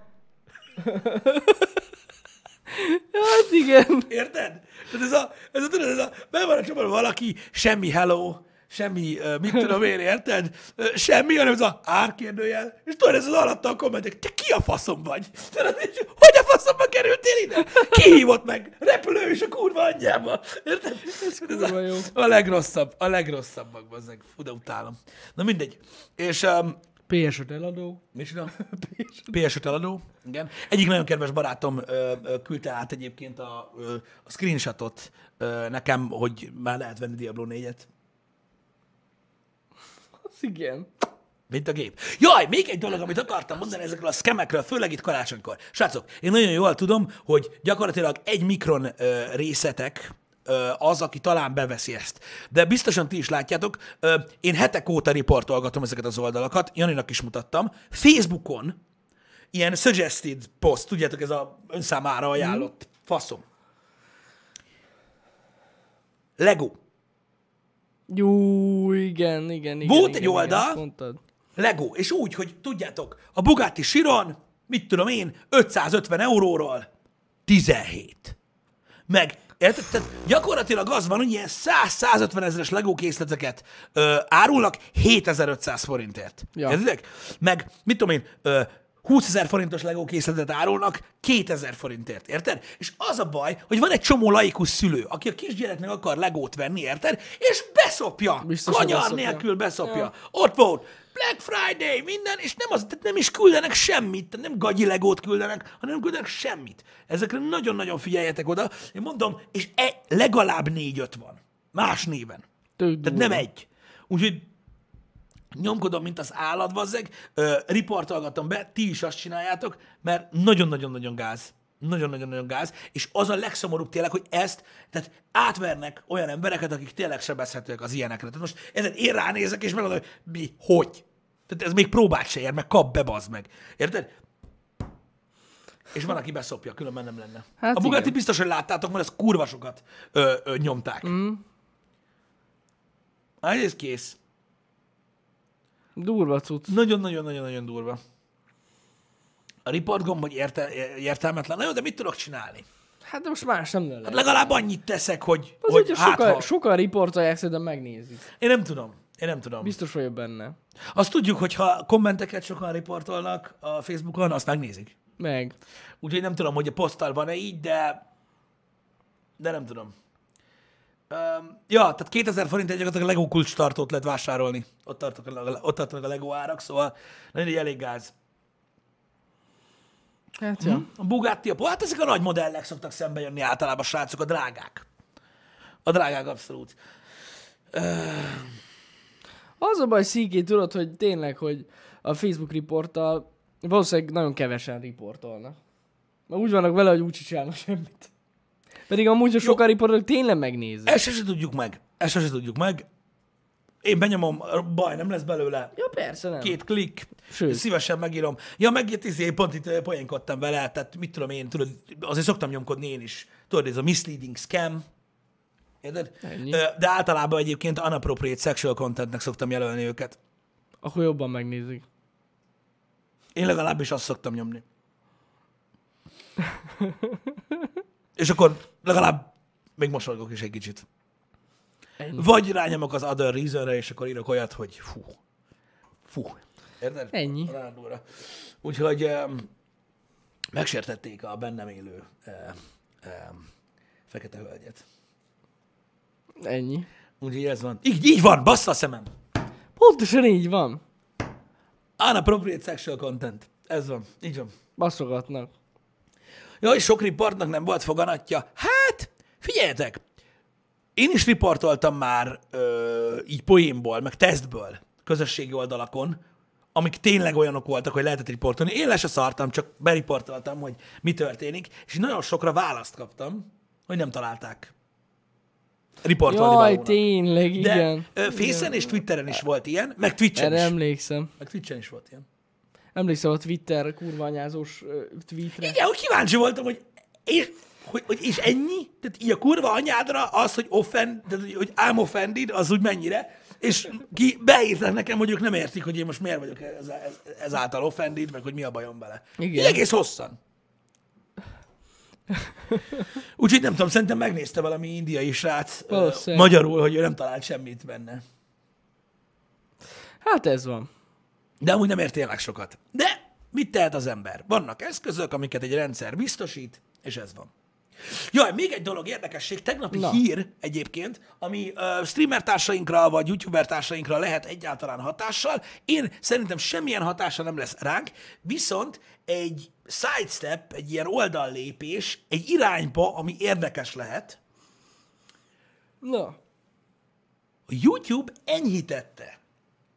Hát igen.
Érted? Tehát ez a, ez a, tudod, ez a, be van a csoportban valaki, semmi hello, semmi, ö, mit tudom én, érted? Ö, Semmi, hanem ez a árkérdőjel, és tudod, ez az alatta a kommentek, te ki a faszom vagy? Tudod, és hogy a faszomba kerültél ide? Ki hívott meg? Repülő és a kurva anyjába. Érted? Ez
kurva jó.
a, a legrosszabb, a legrosszabb magban, az meg, fú, de utálom. Na mindegy. És um,
PS5 eladó.
mi is [laughs] PS5 eladó. Igen. Egyik nagyon kedves barátom ö, ö, küldte át egyébként a, ö, a screenshotot ö, nekem, hogy már lehet venni Diablo 4-et.
Az igen.
Mint a gép. Jaj, még egy dolog, amit akartam mondani ezekről a skemekről, főleg itt karácsonykor. Srácok, én nagyon jól tudom, hogy gyakorlatilag egy mikron ö, részetek ö, az, aki talán beveszi ezt. De biztosan ti is látjátok, ö, én hetek óta riportolgatom ezeket az oldalakat, Janinak is mutattam. Facebookon ilyen suggested post, tudjátok, ez a önszámára ajánlott faszom. Lego.
Jó, igen, igen, igen.
Volt
igen,
egy
igen,
oldal.
ezt mondtad.
Lego, és úgy, hogy tudjátok, a Bugatti Chiron, mit tudom én, 550 euróról 17. Meg, érted? Tehát gyakorlatilag az van, hogy ilyen 100-150 ezeres Lego készleteket ö, árulnak 7500 forintért.
Ja.
Ja. Értitek? Meg, mit tudom én, ö, 20 ezer forintos Lego készletet árulnak 2000 forintért, érted? És az a baj, hogy van egy csomó laikus szülő, aki a kisgyereknek akar legót venni, érted? És beszopja,
Biztos,
Biztos,
hogy
kanyar
beszopja.
beszopja. nélkül beszopja. Ja. Ott volt Black Friday, minden, és nem, az, tehát nem is küldenek semmit, tehát nem gagyi legót küldenek, hanem nem küldenek semmit. Ezekre nagyon-nagyon figyeljetek oda. Én mondom, és e, legalább négy-öt van. Más néven.
Tök
Tehát nem egy. Úgyhogy nyomkodom, mint az állat, bazzeg, ö, riportolgatom be, ti is azt csináljátok, mert nagyon-nagyon-nagyon gáz. Nagyon-nagyon-nagyon gáz, és az a legszomorúbb tényleg, hogy ezt, tehát átvernek olyan embereket, akik tényleg sebezhetőek az ilyenekre. Tehát most ezen én ránézek, és megmondom, hogy mi, hogy? Tehát ez még próbát se ér, meg kap be, bazd meg. Érted? És van, aki beszopja, különben nem lenne.
Hát
Hát a Bugatti
igen.
biztos, hogy láttátok, mert ezt kurva sokat ö, ö, nyomták. Mm. Hát ez kész.
Durva cucc.
Nagyon-nagyon-nagyon-nagyon durva. A riport gomb, hogy érte, értelmetlen. Na jó, de mit tudok csinálni?
Hát de most más nem lenne.
Hát legalább annyit teszek, hogy,
Az
hogy
hogy
hát
sokan,
ha.
sokan riportolják, szerintem megnézik.
Én nem tudom. Én nem tudom.
Biztos vagyok benne.
Azt tudjuk, hogy ha kommenteket sokan riportolnak a Facebookon, azt megnézik.
Meg.
Úgyhogy nem tudom, hogy a poszttal van-e így, de... De nem tudom. Um, ja, tehát 2000 forint egy gyakorlatilag a LEGO kulcs tartót lehet vásárolni. Ott tartok a, ott tartanak a LEGO árak, szóval nagyon elég gáz. Mhm.
Hát ja.
A Bugatti, a, hát ezek a nagy modellek szoktak szembe jönni általában, srácok, a drágák. A drágák abszolút.
Az a baj, CK, tudod, hogy tényleg, hogy a Facebook riporttal valószínűleg nagyon kevesen riportolnak. Mert úgy vannak vele, hogy úgy se csinálnak semmit. Pedig amúgy, ha sokan riportolnak, tényleg megnézik.
Ezt se tudjuk meg. Ezt se tudjuk meg. Én benyomom, baj, nem lesz belőle.
Ja, persze nem.
Két klik,
Sőt.
szívesen megírom. Ja, megért izé, pont itt poénkodtam vele, tehát mit tudom én, tudod, azért szoktam nyomkodni én is. Tudod, ez a misleading scam, Érted?
Ennyi.
Ö, De általában egyébként unappropriate sexual contentnek szoktam jelölni őket.
Akkor jobban megnézik.
Én legalábbis azt szoktam nyomni. És akkor legalább még mosolygok is egy kicsit.
Ennyi.
Vagy rányomok az other reasonre, és akkor írok olyat, hogy fú, fú. Érted?
Ennyi.
Rándulra. Úgyhogy um, megsértették a bennem élő um, fekete hölgyet.
Ennyi.
Úgyhogy ez van. Így, így van, bassza a szemem.
Pontosan így van.
Unappropriate sexual content. Ez van. Így van.
Baszogatnak.
Jaj, sok riportnak nem volt foganatja. Hát, figyeljetek, én is riportoltam már ö, így poénból, meg tesztből, közösségi oldalakon, amik tényleg olyanok voltak, hogy lehetett riportolni. Én le se szartam, csak beriportoltam, hogy mi történik, és nagyon sokra választ kaptam, hogy nem találták riportolni
Jaj,
valónak.
tényleg,
De
igen.
ö, Facen és Twitteren is volt ilyen, meg Twitchen
Erre
is.
emlékszem.
Meg Twitchen is volt ilyen.
Emlékszem a Twitter kurványázós ö, tweetre.
Igen, hogy kíváncsi voltam, hogy és, hogy, hogy és ennyi? Tehát így a kurva anyádra az, hogy offend, tehát, hogy- hogy I'm offended, az úgy mennyire? És ki beírták nekem, hogy ők nem értik, hogy én most miért vagyok ez, ez, ezáltal offended, meg hogy mi a bajom vele.
Igen.
Így egész hosszan. Úgyhogy nem tudom, szerintem megnézte valami indiai srác ö,
Valószínűleg.
magyarul, hogy ő nem talált semmit benne.
Hát ez van.
De amúgy nem ért tényleg sokat. De mit tehet az ember? Vannak eszközök, amiket egy rendszer biztosít, és ez van. Jaj, még egy dolog érdekesség, tegnapi
Na.
hír egyébként, ami ö, streamer társainkra vagy youtuber társainkra lehet egyáltalán hatással. Én szerintem semmilyen hatása nem lesz ránk, viszont egy sidestep, egy ilyen oldallépés egy irányba, ami érdekes lehet,
Na,
a YouTube enyhítette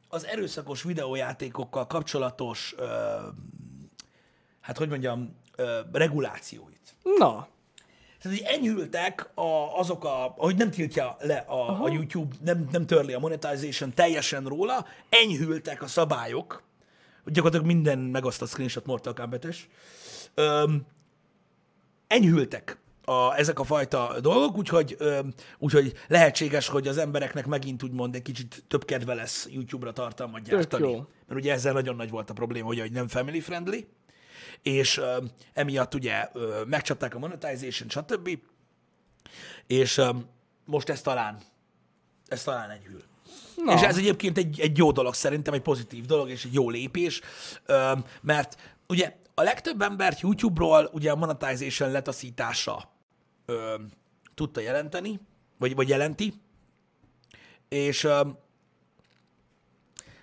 az erőszakos videójátékokkal kapcsolatos, ö, hát hogy mondjam, ö, regulációit.
na.
Tehát, hogy enyhültek a, azok a, hogy nem tiltja le a, a YouTube, nem, nem törli a monetization teljesen róla, enyhültek a szabályok, gyakorlatilag minden megosztott screenshot Mortal Kombat-es, Öm, enyhültek a, ezek a fajta dolgok, úgyhogy, öm, úgyhogy lehetséges, hogy az embereknek megint úgymond egy kicsit több kedve lesz YouTube-ra tartalmat gyártani.
jó.
Mert ugye ezzel nagyon nagy volt a probléma, hogy, hogy nem family friendly, és öm, emiatt ugye öm, megcsapták a monetization, stb. És öm, most ez talán, ez talán enyhül.
Na.
És ez egyébként egy, egy jó dolog szerintem, egy pozitív dolog és egy jó lépés, öm, mert ugye a legtöbb embert YouTube-ról ugye a monetization letaszítása öm, tudta jelenteni, vagy, vagy jelenti, és öm,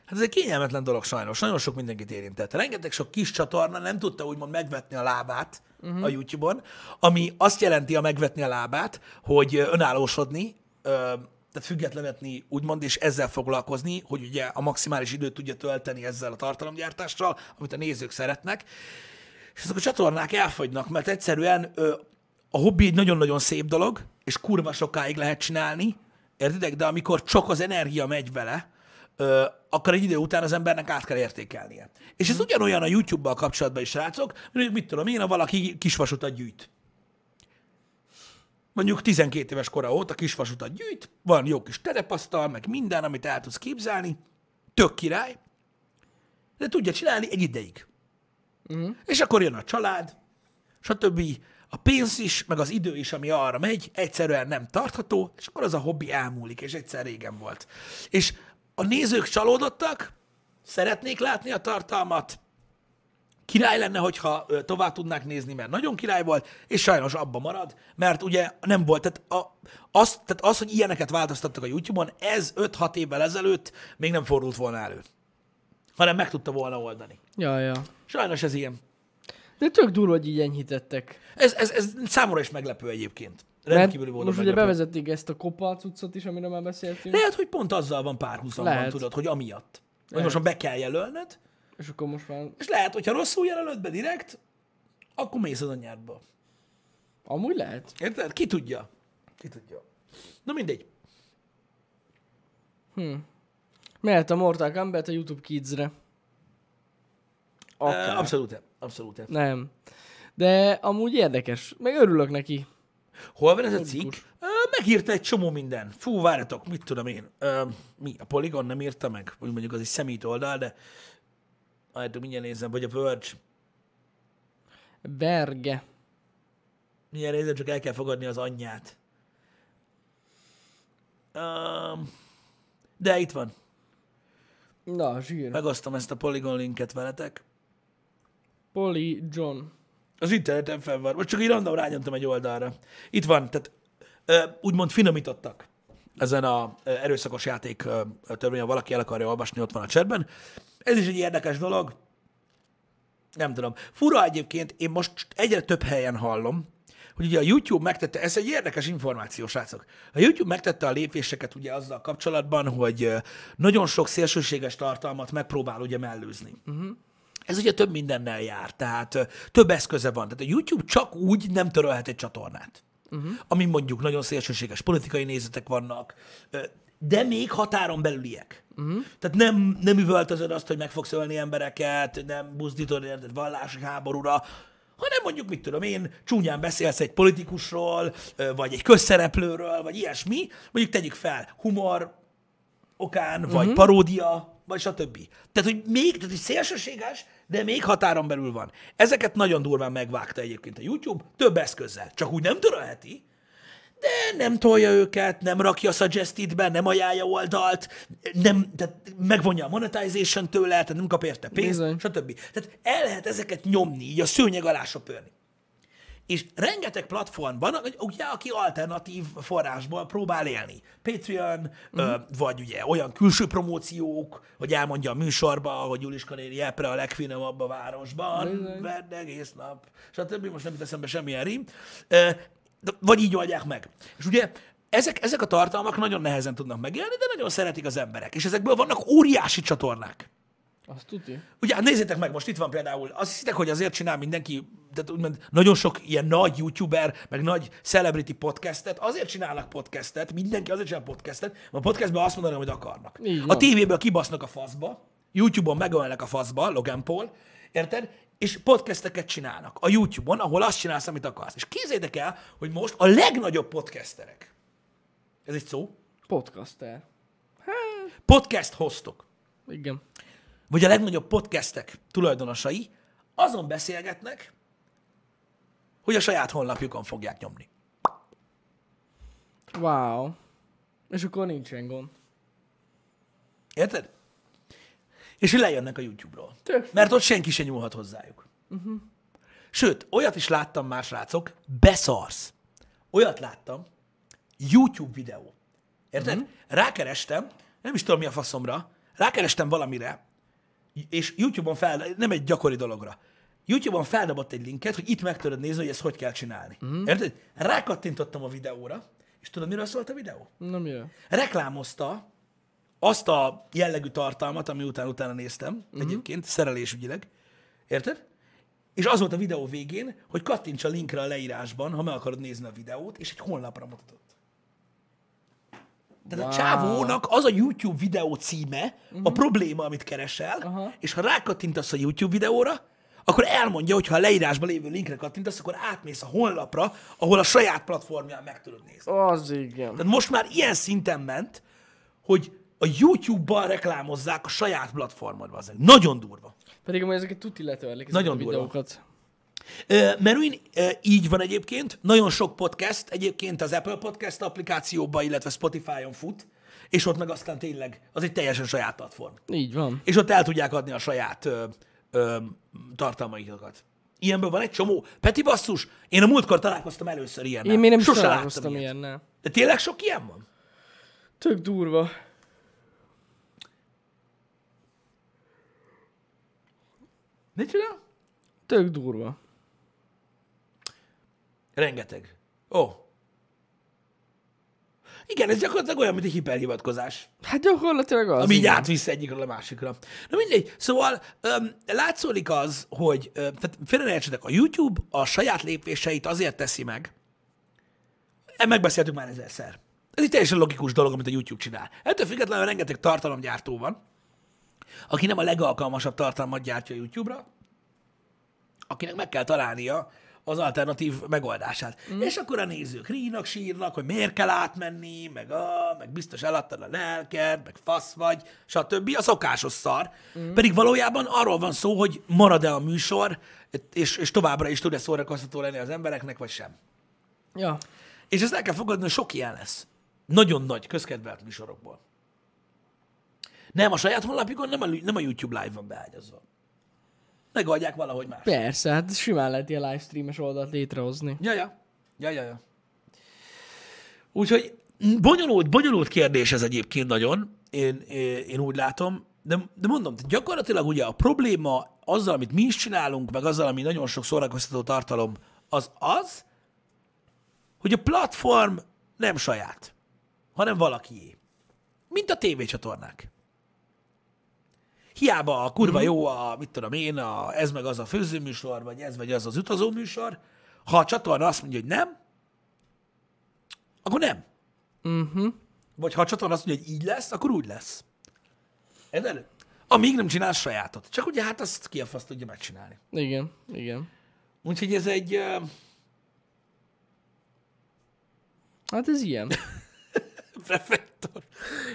hát ez egy kényelmetlen dolog sajnos, nagyon sok mindenkit érintett. Rengeteg sok kis csatorna nem tudta úgymond megvetni a lábát uh-huh. a YouTube-on, ami azt jelenti a megvetni a lábát, hogy ö, önállósodni, ö, tehát függetlenetni úgymond, és ezzel foglalkozni, hogy ugye a maximális időt tudja tölteni ezzel a tartalomgyártással, amit a nézők szeretnek, és ezek a csatornák elfogynak, mert egyszerűen ö, a hobbi egy nagyon-nagyon szép dolog, és kurva sokáig lehet csinálni, értitek? De amikor csak az energia megy vele, ö, akkor egy idő után az embernek át kell értékelnie. És ez ugyanolyan a YouTube-bal kapcsolatban is, srácok, mondjuk mit tudom én, ha valaki kisvasutat gyűjt. Mondjuk 12 éves kora óta kisvasutat gyűjt, van jó kis terepasztal, meg minden, amit el tudsz képzelni, tök király, de tudja csinálni egy ideig. És akkor jön a család, stb. A pénz is, meg az idő is, ami arra megy, egyszerűen nem tartható, és akkor az a hobbi elmúlik, és egyszer régen volt. És a nézők csalódottak, szeretnék látni a tartalmat, király lenne, hogyha ö, tovább tudnák nézni, mert nagyon király volt, és sajnos abba marad, mert ugye nem volt. Tehát, a, az, tehát az, hogy ilyeneket változtattak a YouTube-on, ez 5-6 évvel ezelőtt még nem fordult volna elő, hanem meg tudta volna oldani.
Ja, ja.
Sajnos ez ilyen.
De tök durva, hogy így enyhítettek.
Ez, ez, ez számomra is meglepő egyébként. Rendkívüli
Mert
módon
most ugye
meglepő.
bevezették ezt a kopa cuccot is, amiről már beszéltünk,
Lehet, hogy pont azzal van párhuzamban,
Lehet.
tudod, hogy amiatt. Hogy
Lehet.
most már be kell jelölned,
és akkor most már
és lehet, hogyha rosszul jelölöd be direkt, akkor mész az anyádba.
amúgy lehet.
Érted? Ki tudja? Ki tudja. Na mindegy.
Mehet a Mortal Kombat a YouTube Kids-re.
Okay. Abszolút, abszolút.
Nem. De amúgy érdekes. Meg örülök neki.
Hol van ez a cikk? Ö, Megírta egy csomó minden. Fú, várjatok, mit tudom én. Ö, mi, a Polygon nem írta meg? Úgy mondjuk az egy szemét oldal, de várjatok, mindjárt nézem, vagy a Verge.
Berge.
Mindjárt nézem, csak el kell fogadni az anyját. Um, de itt van.
Na, zsír.
Megosztom ezt a Polygon linket veletek.
Poli John.
Az interneten fenn van. Most csak így random rányomtam egy oldalra. Itt van, tehát ö, úgymond finomítottak ezen a ö, erőszakos játék ö, ö, törvényen, ha valaki el akarja olvasni, ott van a csetben. Ez is egy érdekes dolog. Nem tudom. Fura egyébként, én most egyre több helyen hallom, hogy ugye a YouTube megtette, ez egy érdekes információ, srácok. A YouTube megtette a lépéseket ugye azzal kapcsolatban, hogy ö, nagyon sok szélsőséges tartalmat megpróbál ugye mellőzni. Ez ugye több mindennel jár, tehát ö, több eszköze van. Tehát a YouTube csak úgy nem törölhet egy csatornát, uh-huh. amin mondjuk nagyon szélsőséges politikai nézetek vannak, ö, de még határon belüliek. Uh-huh. Tehát nem, nem üvöltözöd azt, hogy meg fogsz ölni embereket, nem buzdítod érted vallási háborúra, hanem mondjuk, mit tudom én, csúnyán beszélsz egy politikusról, ö, vagy egy közszereplőről, vagy ilyesmi, mondjuk tegyük fel, humor, okán, vagy paródia, vagy stb. Tehát, hogy még, tehát, hogy szélsőséges, de még határon belül van. Ezeket nagyon durván megvágta egyébként a YouTube, több eszközzel. Csak úgy nem törölheti, de nem tolja őket, nem rakja suggested-be, nem ajánlja oldalt, nem, tehát megvonja a monetization tőle, tehát nem kap érte pénzt,
Bizony.
stb. Tehát el lehet ezeket nyomni, így a szőnyeg alá söpörni. És rengeteg platform van, hogy ugye, aki alternatív forrásból próbál élni. Patreon, ö, vagy ugye olyan külső promóciók, hogy elmondja a műsorba, hogy Juliska néri epre a legfinomabb a városban,
Bizony.
vedd egész nap, stb. Most nem jut eszembe semmilyen rím. Ö, de- Vagy így oldják meg. És ugye ezek, ezek a tartalmak nagyon nehezen tudnak megélni, de nagyon szeretik az emberek. És ezekből vannak óriási csatornák.
Azt tudja.
Ugye hát nézzétek meg, most itt van például, azt hiszitek, hogy azért csinál mindenki, tehát úgymond nagyon sok ilyen nagy youtuber, meg nagy celebrity podcastet, azért csinálnak podcastet, mindenki azért csinál podcastet, mert a podcastben azt mondanak, amit akarnak.
Így
a
van.
tévéből kibasznak a faszba, YouTube-on megölnek a faszba, Logan Paul, érted? És podcasteket csinálnak a YouTube-on, ahol azt csinálsz, amit akarsz. És képzétek el, hogy most a legnagyobb podcasterek, ez egy szó,
Podcaster.
podcast hostok,
Igen.
vagy a legnagyobb podcastek tulajdonosai azon beszélgetnek, hogy a saját honlapjukon fogják nyomni.
Wow. És akkor nincsen gond.
Érted? És hogy lejönnek a YouTube-ról.
Tök.
Mert ott senki se nyúlhat hozzájuk. Uh-huh. Sőt, olyat is láttam más rácok, beszarsz. Olyat láttam, YouTube videó. Érted? Uh-huh. Rákerestem, nem is tudom mi a faszomra, rákerestem valamire, és YouTube-on fel, nem egy gyakori dologra, YouTube-on feldobott egy linket, hogy itt meg tudod nézni, hogy ezt hogy kell csinálni. Uh-huh. Érted? Rákattintottam a videóra, és tudod, miről szólt a videó?
Nem jön.
reklámozta azt a jellegű tartalmat, ami után utána néztem,
Mhm.
uh-huh. egyébként szerelésügyileg, érted? És az volt a videó végén, hogy kattints a linkre a leírásban, ha meg akarod nézni a videót, és egy honlapra mutatott. Tehát wow. a
Wow. Mhm.
csávónak az a YouTube videó címe, uh-huh. a probléma, amit keresel,
Aha.
és ha rákattintasz a YouTube videóra, akkor elmondja, hogy ha a leírásban lévő linkre kattintasz, akkor átmész a honlapra, ahol a saját platformján meg tudod nézni.
Az igen.
Tehát most már ilyen szinten ment, hogy a YouTube-ban reklámozzák a saját platformodba. Az nagyon durva.
Pedig amúgy ezeket tuti letörlik ezeket
Nagyon
a
durva.
videókat.
Ö, Merwin, ö, így van egyébként. Nagyon sok podcast egyébként az Apple Podcast applikációban, illetve Spotify-on fut, és ott meg aztán tényleg az egy teljesen saját platform.
Így van.
És ott el tudják adni a saját ö, ö, tartalmaikat. Ilyenből van egy csomó. Peti basszus, én a múltkor találkoztam először ilyennel.
Én még nem is
Sose láttam
találkoztam
ilyet.
ilyennel.
De tényleg sok ilyen van?
Tök durva.
Mit csinál?
Tök durva.
Rengeteg. Ó, Igen, ez gyakorlatilag olyan, mint egy hiperhivatkozás.
Hát gyakorlatilag az.
Ami így
igen.
átvisz egyikről a másikra. Na mindegy. Szóval öm, látszólik az, hogy öm, tehát félre ne értsetek, a YouTube a saját lépéseit azért teszi meg, E, megbeszéltük már ezerszer. Ez egy teljesen logikus dolog, amit a YouTube csinál. Ettől függetlenül rengeteg tartalomgyártó van, aki nem a legalkalmasabb tartalmat gyártja a YouTube-ra, akinek meg kell találnia az alternatív megoldását. Mm. És akkor a nézők rínak, sírnak, hogy miért kell átmenni, meg, a, meg biztos eladtad a lelked, meg fasz vagy, stb. A szokásos szar. Mm. Pedig valójában arról van szó, hogy marad-e a műsor, és, és továbbra is tud-e szórakoztató lenni az embereknek, vagy sem.
Ja.
És ezt el kell fogadni, hogy sok ilyen lesz. Nagyon nagy, közkedvelt műsorokból. Nem, a saját honlapjukon nem a, nem a YouTube live van beágyazva. Megoldják valahogy más.
Persze, hát simán lehet ilyen livestreames oldalt létrehozni.
Ja, ja. Ja, ja, ja. Úgyhogy bonyolult, bonyolult kérdés ez egyébként nagyon, én, én, én úgy látom, de, de mondom, tehát gyakorlatilag ugye a probléma azzal, amit mi is csinálunk, meg azzal, ami nagyon sok szórakoztató tartalom, az az, hogy a platform nem saját, hanem valakié. Mint a tévécsatornák. Hiába a kurva jó a, mit tudom én, a, ez meg az a főzőműsor, vagy ez vagy az az utazóműsor, ha a csatorna azt mondja, hogy nem, akkor nem. Uh-huh. Vagy ha a csatorna azt mondja, hogy így lesz, akkor úgy lesz. Ez elő. Amíg nem csinál sajátot. Csak ugye hát azt ki a fasz tudja megcsinálni.
Igen, igen.
Úgyhogy ez egy... ö, [laughs]
Hát ez
[laughs]
ilyen.
Prefektor.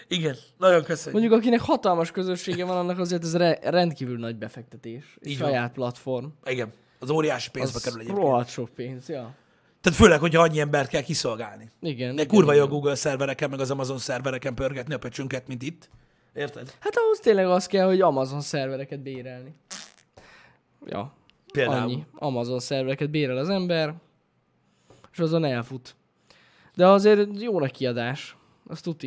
Igen, nagyon köszönjük.
Mondjuk akinek hatalmas közössége van, annak azért ez re- rendkívül nagy befektetés. És
Így van.
saját platform.
Igen, az óriási pénzbe
Az
kerül egyébként.
rohadt sok pénz, ja.
Tehát főleg, hogyha annyi embert kell kiszolgálni.
Igen.
De
igen,
kurva jó a
igen.
Google szervereken, meg az Amazon szervereken pörgetni a pöcsünket, mint itt. Érted?
Hát ahhoz tényleg az kell, hogy Amazon szervereket bérelni. Ja.
Például.
Annyi. Amazon szervereket bérel az ember, és azon elfut. De azért jó a kiadás. Azt tuti.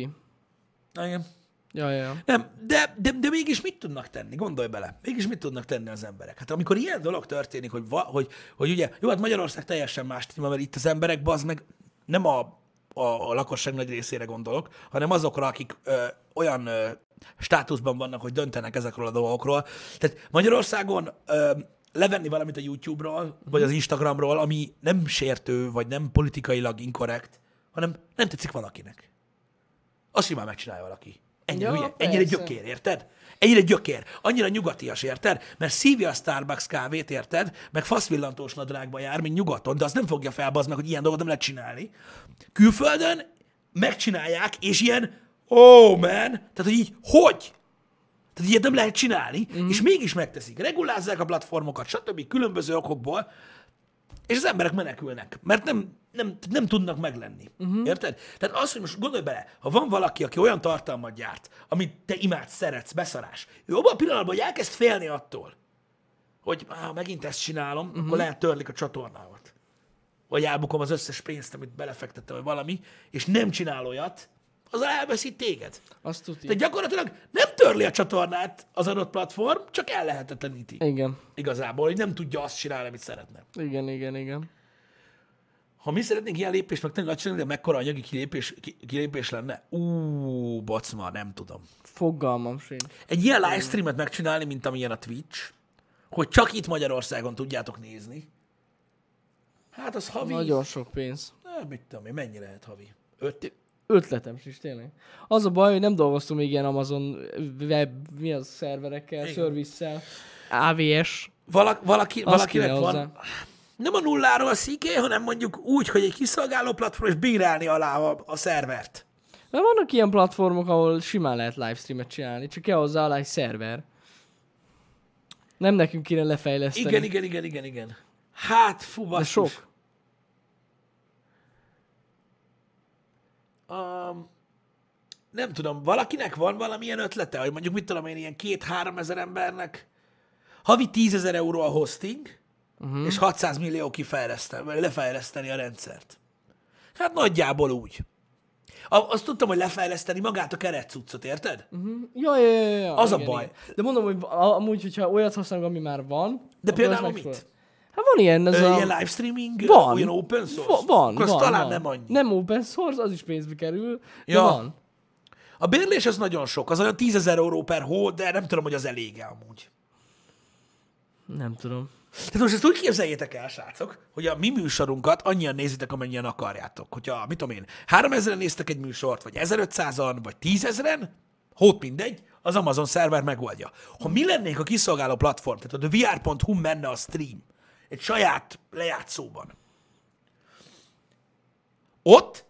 Igen.
Ja, ja, ja.
Nem, de, de, de mégis mit tudnak tenni? Gondolj bele. Mégis mit tudnak tenni az emberek? Hát amikor ilyen dolog történik, hogy, va, hogy, hogy ugye, jó, hát Magyarország teljesen más téma, mert itt az emberek, bazd meg, nem a, a, a lakosság nagy részére gondolok, hanem azokra, akik ö, olyan ö, státuszban vannak, hogy döntenek ezekről a dolgokról. Tehát Magyarországon ö, levenni valamit a YouTube-ról, vagy az Instagramról, ami nem sértő, vagy nem politikailag inkorrekt, hanem nem tetszik valakinek azt simán megcsinálja valaki. Ennyire,
Ja,
ja, ennyire
persze.
gyökér, érted? Ennyire gyökér, annyira nyugatias, érted? Mert szívja a Starbucks kávét, érted? Meg faszvillantós nadrágba jár, mint nyugaton, de azt nem fogja felbazd meg, hogy ilyen dolgot nem lehet csinálni. Külföldön megcsinálják, és ilyen, oh man, tehát hogy így, hogy? Tehát ilyet nem lehet csinálni,
Mhm.
mm. és mégis megteszik. Regulázzák a platformokat, stb. különböző okokból, és az emberek menekülnek, mert nem, nem, nem tudnak meglenni. Uh-huh. Érted? Tehát az, hogy most gondolj bele, ha van valaki, aki olyan tartalmat gyárt, amit te imádsz, szeretsz, beszarás, ő abban a pillanatban, hogy elkezd félni attól, hogy "Á, ha megint ezt csinálom, uh-huh. akkor lehet törlik a csatornámat. Vagy elbukom az összes pénzt, amit belefektettem, vagy valami, és nem csinál olyat, az elveszít téged.
Azt tuti.
Tehát gyakorlatilag nem törli a csatornát az adott platform, csak ellehetetleníti.
Igen.
Igazából, hogy nem tudja azt csinálni, amit szeretne.
Igen, igen, igen.
Ha mi szeretnénk ilyen lépést megtenni, azt csinálni, de mekkora anyagi kilépés, ki- kilépés lenne? Ú, bacma, nem tudom.
Fogalmam sincs.
Egy ilyen livestreamet megcsinálni, mint amilyen a Twitch, hogy csak itt Magyarországon tudjátok nézni, hát az havi...
Nagyon sok pénz.
Na, mit tudom én, mennyi lehet havi? Öt?
Ötletem sincs, tényleg. Az a baj, hogy nem dolgoztunk még ilyen Amazon web, mi az szerverekkel, servisszel. AVS.
Valak, valaki,
Azt
valakinek
kéne
van...
hozzá.
Nem a nulláról a sziké, hanem mondjuk úgy, hogy egy kiszolgáló platform, és bírálni alá a, a szervert.
Mert vannak ilyen platformok, ahol simán lehet livestreamet csinálni, csak kell hozzá alá egy szerver. Nem nekünk kéne lefejleszteni.
Igen, igen, igen, igen, igen. Hát, fú,
De
basszus.
sok.
Um, nem tudom, valakinek van valamilyen ötlete, hogy mondjuk mit tudom én, ilyen két-három ezer embernek havi 10 ezer euró a hosting,
Mhm.
uh-huh. és 600 millió kifejleszteni, vagy lefejleszteni a rendszert. Hát nagyjából úgy. A- Azt tudtam, hogy lefejleszteni magát a keretcuccot, érted?
Mhm. Ja, ja, ja, ja,
Az a
igen,
baj.
Igen. De mondom, hogy a- amúgy, hogyha olyat használunk, ami már
De
van, akkor az
például
megfordul.
mit?
Hát Hát van ilyen, ez
Ö,
a...
Ilyen live streaming,
Van.
van. olyan open source?
Va- van,
Akkor az
van,
talán
van.
nem annyi.
Nem open source, az is pénzbe kerül. Ja.
Ja.
De van.
A bérlés az nagyon sok, az olyan 10 000 euró per hó, de nem tudom, hogy az elég amúgy.
Nem tudom.
Tehát Hát most ezt úgy képzeljétek el, srácok, hogy a mi műsorunkat annyian nézitek, amennyien akarjátok. Hogyha, mit tudom én, 3000-en néztek egy műsort, vagy 1500-an, vagy 10.000-en, hót mindegy, az Amazon szerver megoldja. Ha mi lennénk a kiszolgáló platform, tehát a VR.hu menne a stream, egy saját lejátszóban, ott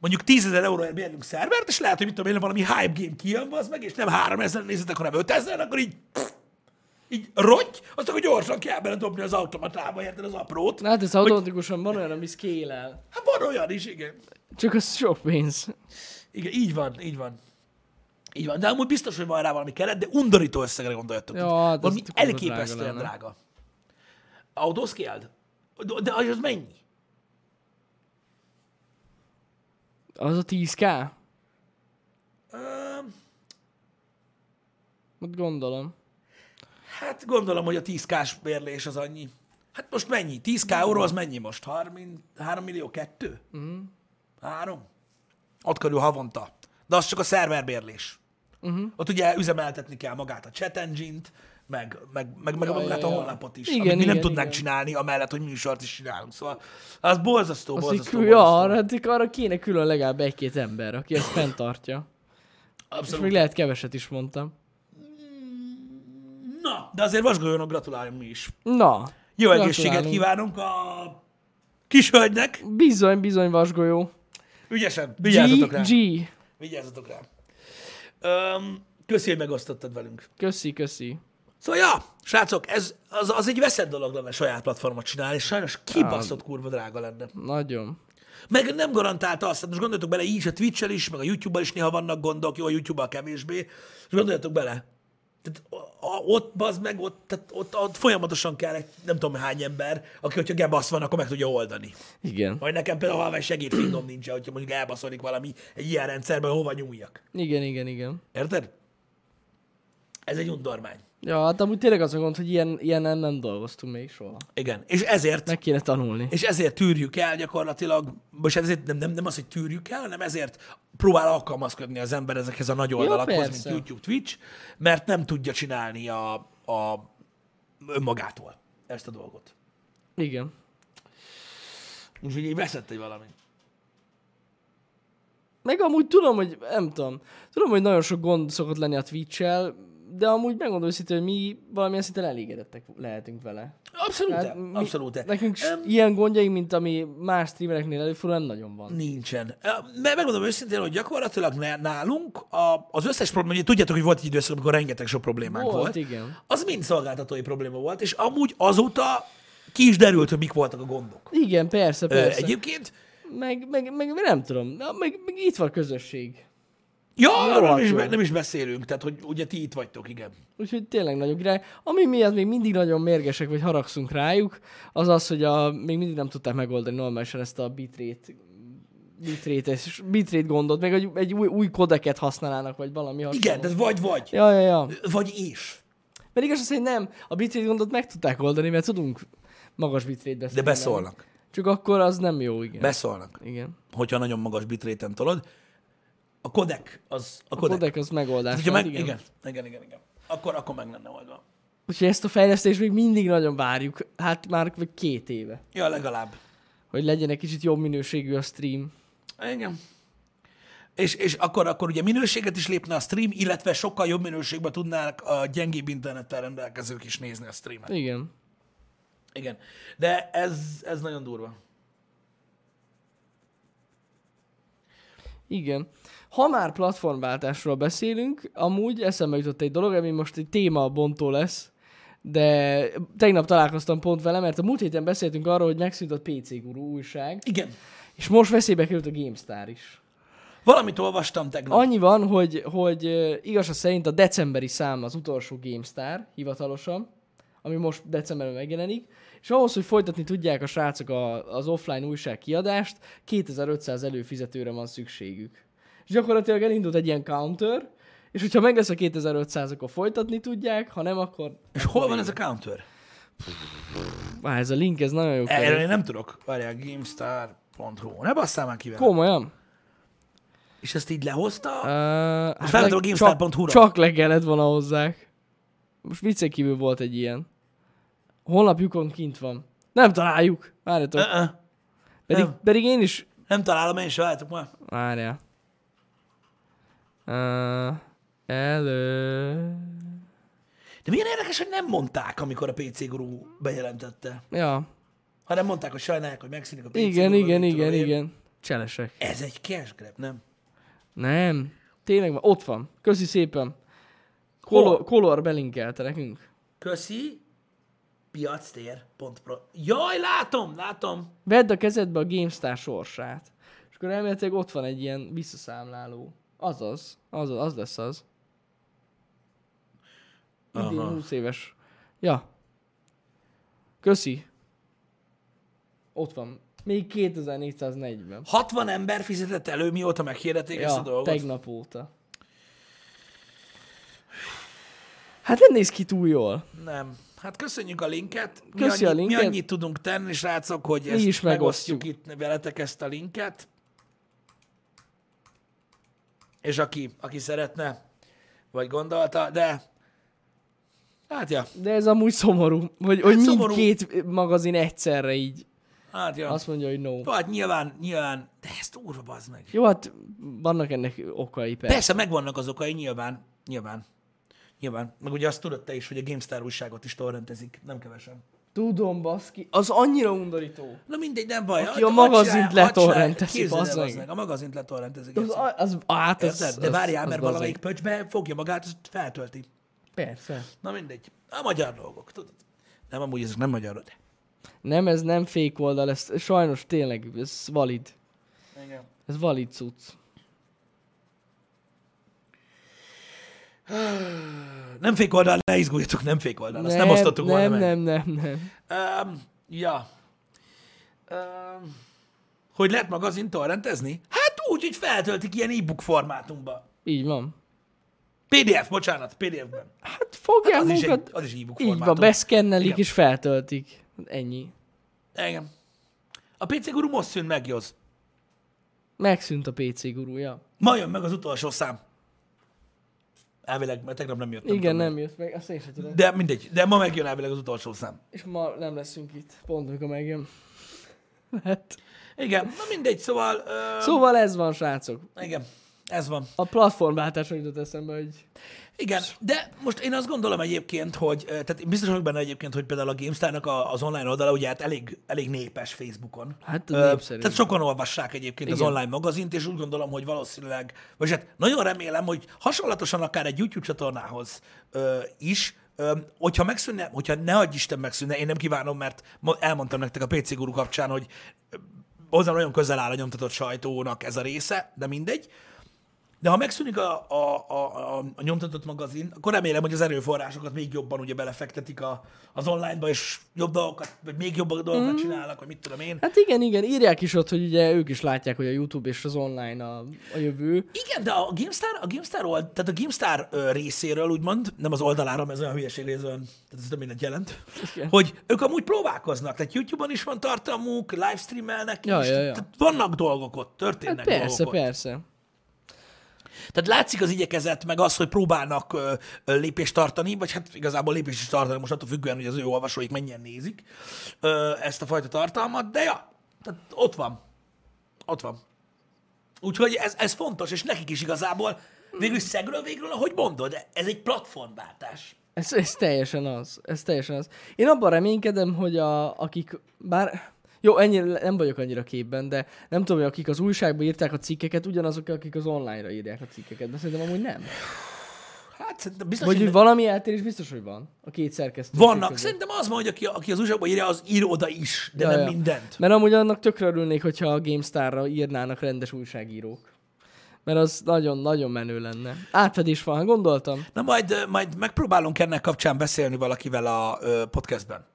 mondjuk 10 ezer euróért bérlünk szervert, és lehet, hogy mit tudom én, valami hype game kijön, az meg, és nem 3 ezer nézitek, hanem 5 ezer, akkor így pff, így rotty, azt akkor gyorsan kell bele dobni az automatába, érted az aprót.
Na hát ez automatikusan van olyan, ami scale
Hát van olyan is, igen.
Csak az sok pénz.
Igen, így van, így van. Így van, de amúgy biztos, hogy van rá valami keret, de undorító összegre gondoljatok.
Ja,
Ja,
hát az
valami
kurva drága
elképesztően
lenne.
drága. Autószkéld? De- De az mennyi?
Az a 10k?
Öm,
Ott gondolom.
Hát gondolom, hogy a 10k-s bérlés az annyi. Hát most mennyi? 10k euró az mennyi most? 33 millió kettő? Mm.
Mhm.
Három? Ott körül havonta. De az csak a szerverbérlés.
Mhm.
Uh-huh. Ott ugye üzemeltetni kell magát a chat engine-t, meg, meg, meg, meg
Ja,
magát
ja,
a
ja.
honlapot is,
Igen,
igen, amit mi
igen,
nem tudnánk
igen.
csinálni, amellett, hogy műsort is csinálunk. Szóval az borzasztó,
Az így
borzasztó,
kül, ja,
borzasztó.
arra, hát arra kéne külön legalább egy-két ember, aki ezt fenntartja. És még
Abszolút.
lehet keveset is mondtam.
Na, de azért vasgolyónak gratuláljunk mi is.
Na.
Jó egészséget
gratulálunk.
kívánunk a kis hölgynek.
Bizony, bizony, vasgolyó.
Ügyesen,
G,
vigyázzatok rá.
G.
Vigyázzatok rá. Öm, köszi, hogy megosztottad velünk.
Köszi, köszi.
Szóval, ja, srácok, ez, az, az egy veszett dolog lenne saját platformot csinálni, és sajnos kibaszott kurva drága lenne.
Nagyon.
Meg nem garantálta azt, hát most gondoljatok bele, így a Twitch-el is, meg a YouTube-bal is néha vannak gondok, jó, a YouTube-bal kevésbé, és gondoljatok bele, tehát a- a- ott, bazd meg, ott, tehát ott, ott, folyamatosan kell egy, nem tudom hány ember, aki, hogyha gebasz van, akkor meg tudja oldani.
Igen.
Vagy nekem például halvány segédfingom nincs, hogyha mondjuk elbaszolik valami egy ilyen rendszerben, hova nyúljak.
Igen, igen, igen.
Érted? Ez egy undormány.
Ja, hát amúgy tényleg az a gond, hogy ilyen, ilyenen nem dolgoztunk még soha.
Igen. És ezért,
Meg kéne tanulni.
és ezért tűrjük el gyakorlatilag, most ezért nem, nem, nem az, hogy tűrjük el, hanem ezért próbál alkalmazkodni az ember ezekhez a nagy oldalakhoz, mint
persze.
YouTube, Twitch, mert nem tudja csinálni a, a önmagától ezt a dolgot.
Igen.
Úgyhogy így veszett egy valami.
Meg amúgy tudom, hogy nem tudom. Tudom, hogy nagyon sok gond szokott lenni a Twitch-el, de amúgy megmondom őszintén, hogy mi valamilyen szinten elégedettek lehetünk vele.
Abszolút,
Tehát
hát,
mi-
abszolút.
Nekünk
Em,
um, ilyen gondjaink, mint ami más streamereknél előfordul, nem nagyon van.
Nincsen. Ö, Mert megmondom őszintén, hogy gyakorlatilag ne- nálunk a, az összes probléma, ugye tudjátok, hogy volt egy időszak, amikor rengeteg sok problémánk
Volt,
volt.
igen.
Az mind szolgáltatói probléma volt, és amúgy azóta ki is derült, hogy mik voltak a gondok.
Igen, persze,
Ö,
persze. Egyéb...
Egyébként,
Meg, meg, meg, nem tudom, Na, meg, meg itt van közösség.
ja, arról nem
rohadt
is,
jó.
be- nem is beszélünk, tehát hogy ugye ti itt vagytok, igen.
Úgyhogy tényleg nagyon király. Ami miatt még mindig nagyon mérgesek, vagy haragszunk rájuk, az az, hogy a, még mindig nem tudták megoldani normálisan ezt a bitrate bitrate, bitrate gondot, meg egy, egy új, új kodeket használnának, vagy valami hasonló.
Igen, tehát vagy vagy,
Ja, ja, ja.
vagy és.
Pedig igaz, az, hogy nem, a bitrate gondot meg tudták oldani, mert tudunk magas bitrate beszélni.
De beszólnak,
Csak akkor az nem jó, igen.
beszólnak,
igen.
hogyha nagyon magas bitréten tolod. A kodek, az a
A
kodek. Hát,
kodek az megoldás. hát
Hogyha
volt,
meg, igen. igen, igen, igen, igen. Akkor, akkor meg lenne oldva.
Úgyhogy ezt a fejlesztést még mindig nagyon várjuk. Hát már vagy két éve.
Ja, legalább.
Hogy legyen egy kicsit jobb minőségű a stream.
Igen. És, és akkor, akkor ugye minőséget is lépne a stream, illetve sokkal jobb minőségben tudnák a gyengébb internettel rendelkezők is nézni a streamet.
Igen.
Igen. De ez, ez nagyon durva.
Igen. Ha már platformváltásról beszélünk, amúgy eszembe jutott egy dolog, ami most egy témabontó lesz, de tegnap találkoztam pont vele, mert a múlt héten beszéltünk arról, hogy megszűnt a PC Guru újság,
Igen.
és most veszélybe került a GameStar is.
Valamit olvastam tegnap.
Annyi van, hogy, hogy ö, igazság szerint a decemberi szám az utolsó GameStar hivatalosan, ami most decemberben megjelenik, és ahhoz, hogy folytatni tudják a srácok a, az offline újság kiadást, 2500 előfizetőre van szükségük. És gyakorlatilag elindult egy ilyen counter, és hogyha meg lesz a 2500, akkor folytatni tudják, ha nem, akkor
És hol van ez a counter?
Á, ez a link, ez nagyon jó.
Erről
Erre...
én nem tudok. Várjál, gamestar.hu. Ne basszál már ki vele.
Komolyan?
És ezt így lehozta?
Uh, hát
fel
leg-
tudom
csak,
GameStar.hu-ra.
csak leggelet van hozzák. Most viccen kívül volt egy ilyen. Honlapjukon kint van. Nem találjuk. Várjatok.
Uh-uh.
pedig,
nem.
pedig én is...
Nem találom, én se váltok már.
Várjál. Uh, elő...
De milyen érdekes, hogy nem mondták, amikor a PC gurú bejelentette.
Ja.
Hanem mondták, hogy sajnálják, hogy megszűnik a PC
Igen,
gurú,
igen,
mit tudom
igen,
én.
igen. Cselesek.
Ez egy cash grab, nem?
Nem. Tényleg van. Ott van. Köszi szépen.
Hol?
Color, color belinkelte nekünk.
Köszi. Piactér.pro. Jaj, látom, látom.
Vedd a kezedbe a GameStar sorsát. És akkor elméletileg ott van egy ilyen visszaszámláló. Azaz. Azaz, az lesz az. Idén
Aha.
20 éves. Ja. Köszi. Ott van. Még 2440.
60 ember fizetett elő, mióta meghirdették ezt a
Ja,
dolgot.
tegnap óta. Hát nem néz ki túl jól.
Nem. Hát köszönjük a linket. Mi,
Köszi
annyi,
a linket.
mi annyit tudunk tenni, srácok, hogy ezt
is megosztjuk.
itt veletek ezt a linket. És aki, aki szeretne, vagy gondolta, de hát ja,
De ez amúgy szomorú, hogy, hogy
Hát szomorú.
mindkét magazin egyszerre így
hát ja.
azt mondja, hogy no.
Jó, Hát nyilván, nyilván, de ez durva, bazd meg.
Jó, hát vannak ennek okai persze.
Persze, megvannak az okai, nyilván, nyilván. Nyilván. Meg ugye azt tudod te is, hogy a GameStar újságot is torrentezik, nem kevesen.
Tudom, baszki, az annyira undorító.
Na mindegy, nem baj.
Aki
Hadd-
a magazint
hadd csinál- hadd csinál-
letorrentezi,
képzeld el,
bazd meg.
bazd meg. A magazint letorrentezik.
Az,
egyszerűen.
az, hát az,
Érted?
az,
De várjál, mert
az gazdag.
valamelyik pöcsbe fogja magát, azt feltölti.
Persze.
Na mindegy. A magyar dolgok, tudod? Nem, amúgy ezek nem magyarok, de...
Nem, ez nem fake oldal, ez sajnos tényleg, ez valid.
Igen.
Ez valid cucc.
Nem fék oldal, ne izguljatok, nem fék oldal. Azt nem, osztottuk
nem,
volna
nem,
meg.
nem, nem, nem.
Um, ja. Um, hogy lehet magazin torrentezni? Hát úgy, hogy feltöltik ilyen e-book formátumba.
Így van.
PDF, bocsánat, PDF-ben.
Hát fogják
Az
hát
is, egy,
magukat,
az is e-book
így
formátum.
van, beszkennelik
Igen.
és feltöltik. Ennyi.
Igen. A PC Guru most szűn meg, Joz.
Megszűnt a PC gurúja.
Ma jön meg az utolsó szám. Elvileg, mert tegnap nem jött. nem
Igen,
tudom.
nem jött meg, azt én sem tudom.
De mindegy, de ma megjön elvileg az utolsó szám.
És ma nem leszünk itt, pont amikor megjön. Hát.
Igen, na mindegy, szóval... Ö,
Szóval ez van, srácok.
Igen, ez van.
A platformváltásra jutott eszembe, hogy
Igen, de most én azt gondolom egyébként, hogy, ö, tehát én biztos vagyok benne egyébként, hogy például a GameStar-nak a, az online oldala ugye hát elég, elég népes Facebookon.
Hát
Ö,
népszerű.
Tehát sokan olvassák egyébként Igen. az
Igen.
online magazint, és úgy gondolom, hogy valószínűleg, vagy hát nagyon remélem, hogy hasonlatosan akár egy YouTube csatornához ö, is, ö, hogyha megszűnne, hogyha ne adj Isten megszűnne, én nem kívánom, mert ma elmondtam nektek a PC Guru kapcsán, hogy ö, hozzám nagyon közel áll a nyomtatott sajtónak ez a része, de mindegy. De ha megszűnik a, a, a, a, a nyomtatott magazin, akkor remélem, hogy az erőforrásokat még jobban ugye belefektetik a, az onlineba, és jobb dolgokat, vagy még jobb dolgokat
Mhm.
mm. csinálnak, vagy mit tudom én.
Hát igen, igen, írják is ott, hogy ugye ők is látják, hogy a YouTube és az online a, a jövő.
Igen, de a GameStar, a GameStar, old, tehát a GameStar ö, részéről úgymond, nem az oldalára, mert ez olyan hülyeség, hogy ez olyan, tehát ez több mindent jelent,
Igen.
hogy ők amúgy próbálkoznak, tehát YouTube-on is van tartalmuk, livestreamelnek
Ja,
is,
ja, ja.
tehát vannak dolgok ott, történnek
Hát persze,
dolgok ott.
persze.
Tehát látszik az igyekezet, meg az, hogy próbálnak ö, ö, lépést tartani, vagy hát igazából lépést is tartani, most attól függően, hogy az ő olvasóik mennyien nézik ö, ezt a fajta tartalmat, de ja, tehát ott van. Ott van. Úgyhogy ez, ez fontos, és nekik is igazából végül szegről végről, ahogy mondod, ez egy platformváltás.
Ez, ez teljesen az, ez teljesen az. Én abban reménykedem, hogy a, akik, bár jó, ennyire nem vagyok annyira képben, de nem tudom, hogy akik az újságba írták a cikkeket, ugyanazok, akik az online-ra írják a cikkeket, de szerintem amúgy nem.
Hát szerintem biztos,
Vagy
hogy
hogy valami eltérés biztos, hogy van a két szerkesztő.
vannak.
között.
Szerintem az van, hogy aki, aki az újságban írja, az ír oda is, de
Ja,
nem
ja.
mindent.
Mert amúgy annak tökre örülnék, hogyha a GameStar-ra írnának rendes újságírók. Mert az nagyon-nagyon menő lenne. Átfedés van, gondoltam.
Na majd, ö, majd megpróbálunk ennek kapcsán beszélni valakivel a ö, podcastben.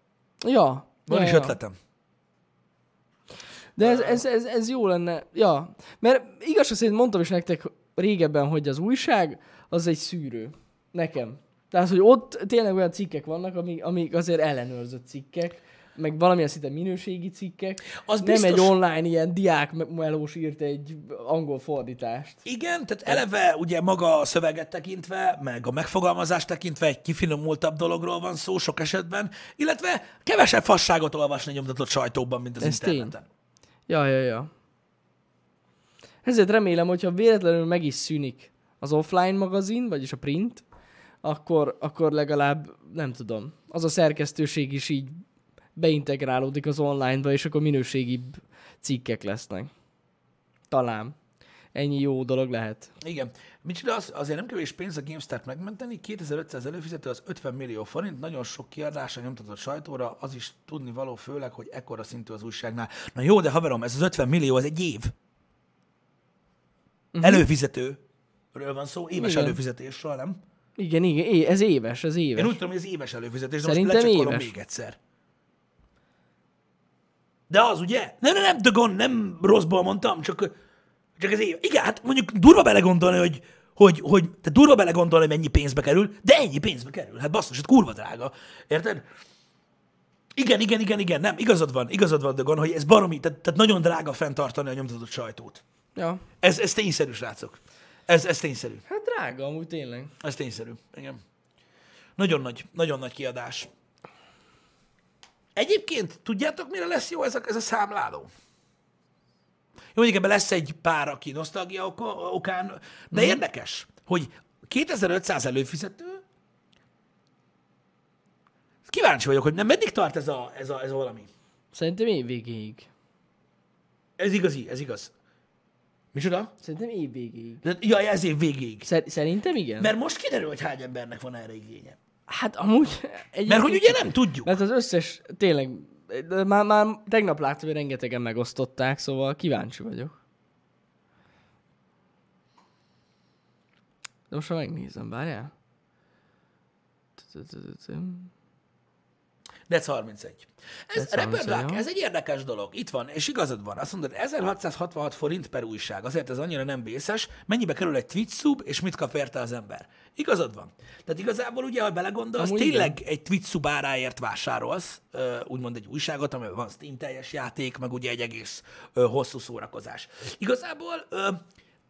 Ja.
Van
ja,
is
ja.
ötletem.
De ez, ez, ez, ez jó lenne. Ja. Mert igazság szerint mondtam is nektek régebben, hogy az újság az egy szűrő. Nekem. Tehát, hogy ott tényleg olyan cikkek vannak, amik, amik azért ellenőrzött cikkek. meg valamilyen szinte minőségi cikkek.
Az
nem
biztos-
egy online ilyen diák me- melós írt egy angol fordítást.
Igen, tehát eleve ugye maga a szöveget tekintve, meg a megfogalmazást tekintve egy kifinomultabb dologról van szó sok esetben, illetve kevesebb fasságot olvasni nyomtatott sajtóban, mint az
Ez tény.
interneten.
Ja, ja, ja. Ezért remélem, hogyha véletlenül meg is szűnik az offline magazin, vagyis a print, akkor, akkor legalább, nem tudom, az a szerkesztőség is így beintegrálódik az onlineba, és akkor minőségibb cikkek lesznek. Talán. Ennyi jó dolog lehet.
Igen. Micsoda, az, azért nem kevés pénz a GameStart megmenteni, 2500 előfizető az 50 millió forint, nagyon sok kiadásra nyomtatott sajtóra, az is tudni való főleg, hogy ekkora szintű az újságnál. Na jó, de haverom, ez az 50 millió, ez egy év. Uh-huh. Előfizetőről van szó, éves
Mhm. Igen.
Igen. előfizetésről, nem?
Igen, igen, é- ez éves, ez éves.
Én úgy tudom, hogy ez éves előfizetés, de
Szerintem
most lecsekkolom
éves.
még egyszer. De az ugye? Nem, nem, nem, de gond, nem rosszból mondtam, csak, csak ez év. Igen, hát mondjuk durva belegondolni, hogy, hogy, hogy te durva belegondolni, hogy mennyi pénzbe kerül, de ennyi pénzbe kerül. Hát basszus, hát kurva drága. Érted? Igen, igen, igen, igen, nem, igazad van, igazad van, Dögon, hogy ez baromi, tehát, tehát nagyon drága fenntartani a nyomtatott sajtót.
Ja.
Ez, ez tényszerű, srácok. Ez, ez tényszerű.
Hát drága amúgy tényleg.
Ez tényszerű, igen. Nagyon nagy, nagyon nagy kiadás. Egyébként tudjátok, mire lesz jó ez a, ez a számláló? Jó, mondjuk ebben lesz egy pár, aki nosztalgia oka- okán, de mm. érdekes, hogy 2500 előfizető, kíváncsi vagyok, hogy nem meddig tart ez a, ez a, ez a valami.
Szerintem év végéig.
Ez igazi, ez igaz. Micsoda?
Szerintem év végéig.
De- Jaj, ez év végéig.
Szer- szerintem igen?
Mert most kiderül, hogy hány embernek van erre igénye.
Hát amúgy... Egy
Mert hogy ugye nem tudjuk.
Mert az összes, tényleg, de már, már tegnap láttam, hogy rengetegen megosztották, szóval kíváncsi vagyok. De most ha megnézem, várjál. Tü-tü-tü-tü-tüm.
Dec 31. Ez,
Dec 31,
Reperlák,
jó.
ez egy érdekes dolog. Itt van, és igazad van. Azt mondod, 1666 forint per újság. Azért ez annyira nem vészes. Mennyibe kerül egy Twitch sub, és mit kap érte az ember? Igazad van. Tehát igazából ugye, ha belegondolsz,
Amúgy
Amúgy tényleg igen. egy Twitch sub áráért vásárolsz, ö, úgymond egy újságot, amiben van Steam teljes játék, meg ugye egy egész ö, hosszú szórakozás. Igazából ö,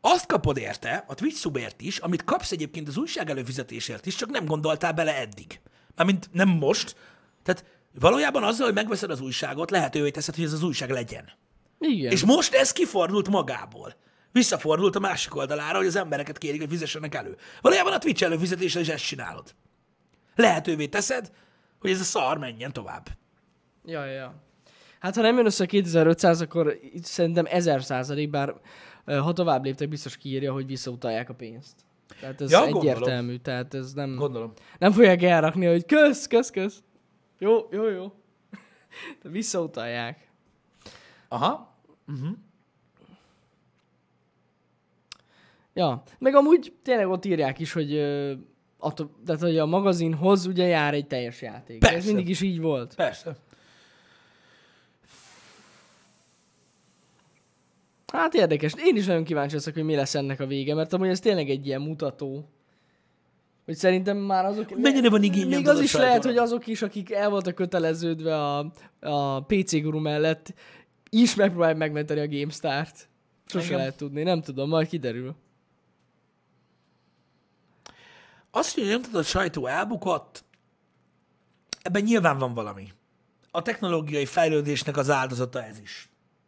azt kapod érte, a Twitch subért is, amit kapsz egyébként az újság előfizetésért is, csak nem gondoltál bele eddig. Mármint nem most. Tehát valójában azzal, hogy megveszed az újságot, lehetővé teszed, hogy ez az újság legyen.
Igen.
És most ez kifordult magából. Visszafordult a másik oldalára, hogy az embereket kérik, hogy fizessenek elő. Valójában a Twitch előfizetéssel is ezt csinálod. Lehetővé teszed, hogy ez a szar menjen tovább.
Ja, ja, ja. Hát ha nem jön össze 2500, akkor itt szerintem 1000 százalék, bár ö, ha tovább léptek, biztos kiírja, hogy visszautalják a pénzt. Tehát ez
Ja,
ja,
gondolom.
egyértelmű, tehát ez nem...
Gondolom.
Nem fogják elrakni, hogy kösz, kösz, kösz. Jó, jó, jó. De visszautalják.
Aha.
Ja, meg amúgy tényleg ott írják is, hogy, ö, attól, tehát, hogy a magazinhoz ugye jár egy teljes játék.
Persze.
Ez mindig is így volt.
Persze.
Hát érdekes. Én is nagyon kíváncsi leszek, hogy mi lesz ennek a vége, mert amúgy ez tényleg egy ilyen mutató. Hogy szerintem már azok...
Mennyire van igény
Még
nyomtatott
az is lehet,
sajtóra?
hogy azok is, akik el voltak köteleződve a, a PC guru mellett, is megpróbálják megmenteni a GameStar-t. Sose
Igen.
lehet tudni, nem tudom, majd kiderül.
Azt, hogy a nyomtatott sajtó elbukott, ebben nyilván van valami. A technológiai fejlődésnek az áldozata ez is.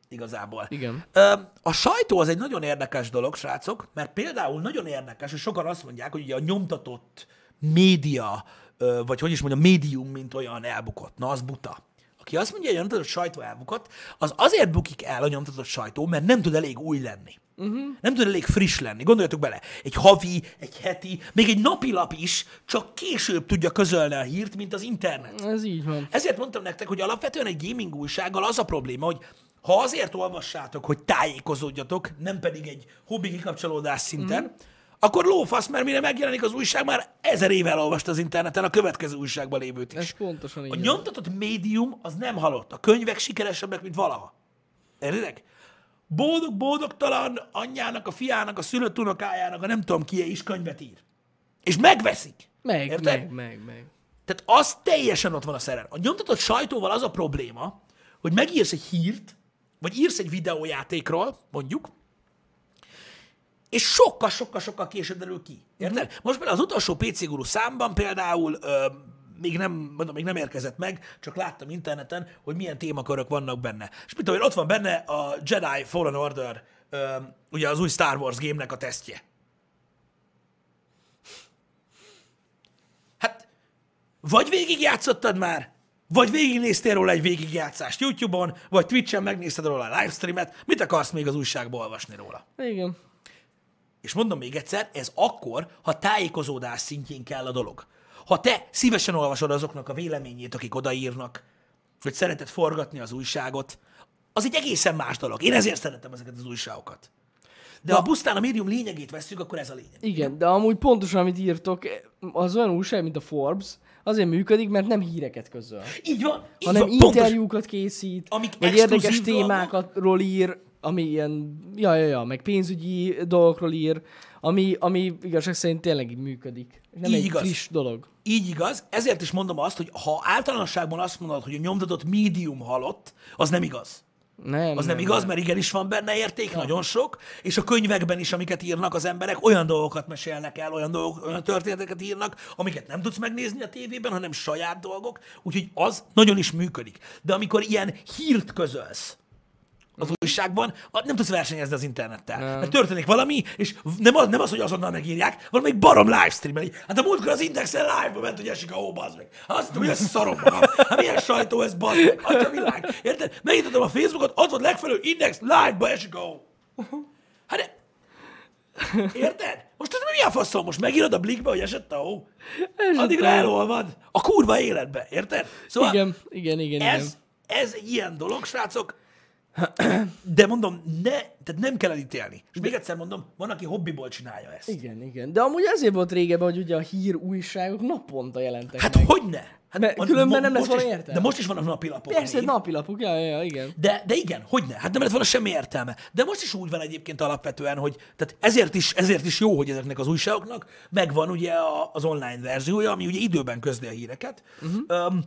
Igazából.
Igen.
Ö, A sajtó az egy nagyon érdekes dolog, srácok, mert például nagyon érdekes, hogy sokan azt mondják, hogy ugye a nyomtatott média, ö, vagy hogy is mondjam, médium, mint olyan elbukott. Na, az buta. Aki azt mondja, hogy a nyomtatott sajtó elbukott, az azért bukik el a nyomtatott sajtó, mert nem tud elég új lenni. Uh-huh. Nem tud elég friss lenni. Gondoljatok bele, egy havi, egy heti, még egy napilap is csak később tudja közölni a hírt, mint az internet.
Ez így van.
Ezért mondtam nektek, hogy alapvetően egy gaming újsággal az a probléma, hogy ha azért olvassátok, hogy tájékozódjatok, nem pedig egy hobbi kikapcsolódás szinten, mm.
Mhm.
akkor lófasz, mert mire megjelenik az újság, már ezer éve elolvast az interneten a következő újságban lévőt is.
Ez pontosan így.
A
van.
nyomtatott médium az nem halott. A könyvek sikeresebbek, mint valaha. Értitek? Boldog-boldogtalan anyjának, a fiának, a szülött unokájának, a nem tudom ki is könyvet ír. És megveszik.
Meg,
Érted?
meg, meg, meg.
Tehát az teljesen ott van a szeren. A nyomtatott sajtóval az a probléma, hogy megírsz egy hírt, vagy írsz egy videójátékról, mondjuk, és sokkal-sokkal-sokkal később derül ki. Érted? Mm-hmm. Most például az utolsó PC Guru számban például ö, még nem, mondom, még nem érkezett meg, csak láttam interneten, hogy milyen témakörök vannak benne. És mit tudom én, ott van benne a Jedi Fallen Order, ö, ugye az új Star Wars gémnek a tesztje. Hát, vagy végigjátszottad már, vagy végignéztél róla egy végigjátszást YouTube-on, vagy Twitch-en megnézted róla a livestreamet, mit akarsz még az újságból olvasni róla?
Igen.
És mondom még egyszer, ez akkor, ha tájékozódás szintjén kell a dolog. Ha te szívesen olvasod azoknak a véleményét, akik odaírnak, hogy szereted forgatni az újságot, az egy egészen más dolog. Én ezért szeretem ezeket az újságokat. De ha pusztán a médium lényegét veszük, akkor ez a lényeg.
Igen, de amúgy pontosan, amit írtok, az olyan újság, mint a Forbes, azért működik, mert nem híreket közöl,
Így van, így
hanem
van, pontos,
interjúkat készít,
Amik
vagy érdekes
exkluzív dolgok.
témákról ír, ami ilyen, ja, ja, ja, meg pénzügyi dolgokról ír, ami, ami igazság szerint tényleg így működik. Nem
Így
egy
igaz.
friss dolog.
Így igaz, ezért is mondom azt, hogy ha általánosságban azt mondod, hogy a nyomtatott médium halott, az nem igaz.
Nem,
Az nem igaz, mert igenis van benne érték, nagyon sok, és a könyvekben is, amiket írnak az emberek, olyan dolgokat mesélnek el, olyan, dolgok, olyan történeteket írnak, amiket nem tudsz megnézni a tévében, hanem saját dolgok, úgyhogy az nagyon is működik. De amikor ilyen hírt közölsz, az újságban, a- nem tudsz versenyezni az internettel. Nem. Mert történik valami, és nem az, nem az, hogy azonnal megírják, valamelyik barom livestream Hát a múltkor az Indexen live-ba ment, hogy esik a hó, bazd meg. Hát Azt mondom, hogy ez szarom magam. Hát milyen sajtó ez, bazd meg. Atya világ. Érted? Megnyitottam a Facebookot, ott volt legfelül Index live-ba esik a hó. Hát de... Érted? Most ez mi a faszom? Most megírod a blikbe, hogy esett a hó? Addigra elolvad. A kurva életbe, érted? Szóval
Igen, igen, igen, igen.
ez, ez egy ilyen dolog, srácok. De mondom, ne, tehát nem kell elítélni. És még egyszer mondom, van, aki hobbiból csinálja ezt.
Igen, igen. De amúgy ezért volt régebben, hogy ugye a hír újságok naponta jelentek
Hát
meg.
hogy ne? Hát
Mert
van- mo-
különben nem lesz
most
volna
is-
értelme.
De most is vannak napilapok.
Persze,
még.
napilapok, ja, ja, ja, igen.
De, de igen, hogy ne? Hát nem lett volna semmi értelme. De most is úgy van egyébként alapvetően, hogy tehát ezért, is, ezért is jó, hogy ezeknek az újságoknak megvan ugye a, az online verziója, ami ugye időben közli a híreket.
Mhm.
Uh-huh. Um,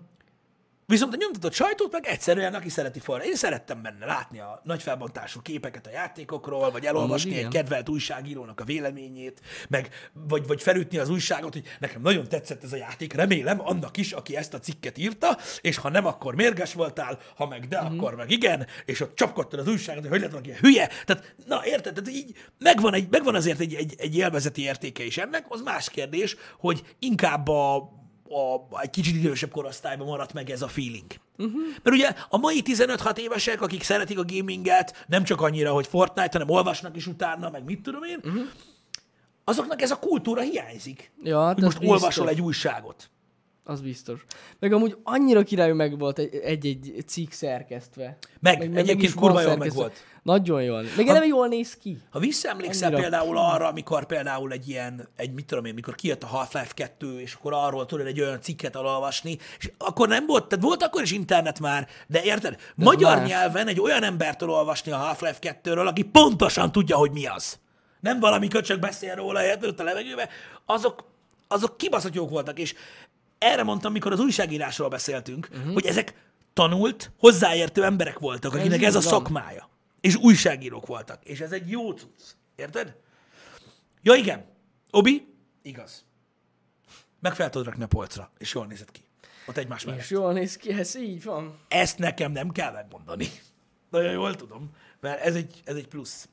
viszont a nyomtatott sajtót meg egyszerűen, aki szereti forra. Én szerettem benne látni a nagy felbontású képeket a játékokról, vagy elolvasni
Amúgy
egy
igen.
kedvelt újságírónak a véleményét, meg, vagy, vagy felütni az újságot, hogy nekem nagyon tetszett ez a játék, remélem annak is, aki ezt a cikket írta, és ha nem, akkor mérges voltál, ha meg de,
Mhm.
akkor meg igen, és ott csapkodtad az újságot, hogy hogy lett valaki ilyen hülye. Tehát, na érted, tehát így megvan, egy, megvan azért egy, egy, egy élvezeti értéke is ennek, az más kérdés, hogy inkább a a, egy kicsit idősebb korosztályban maradt meg ez a feeling. Uh-huh. Mert ugye a mai 15-6 évesek, akik szeretik a gaminget, nem csak annyira, hogy Fortnite, hanem olvasnak is utána, meg mit tudom én,
Mhm.
uh-huh. azoknak ez a kultúra hiányzik.
Ja, hát
hogy
ez
most
biztos.
olvasol egy újságot.
Az biztos. Meg amúgy annyira királyú meg volt egy- egy-egy cikk szerkesztve.
Meg, egyébként
is van
kurva jól
szerkesztve.
meg volt. Hát-
Nagyon jól. Meg eleve jól néz ki.
Ha visszaemlékszel
Annyira.
például arra, amikor például egy ilyen, egy mit tudom én, mikor kijött a Half-Life 2, és akkor arról tudod egy olyan cikket olvasni, és akkor nem volt, tehát volt akkor is internet már, de érted? magyar
más.
nyelven egy olyan embertől olvasni a Half-Life 2-ről, aki pontosan tudja, hogy mi az. Nem valami köcsög beszél róla, érted, ott a levegőbe, azok, azok kibaszott jók voltak, és erre mondtam, mikor az újságírásról beszéltünk,
Mhm.
uh-huh. hogy ezek tanult, hozzáértő emberek voltak, akinek
így
ez a
van.
szakmája. És újságírók voltak. És ez egy jó cucc. Érted? Ja, igen. Obi, igaz. Meg fel tudod rakni a polcra, és jól nézett ki. Ott egymás mellett.
És jól néz ki, ez így van.
Ezt nekem nem kell megmondani. Nagyon jól tudom, mert ez egy, ez egy plusz.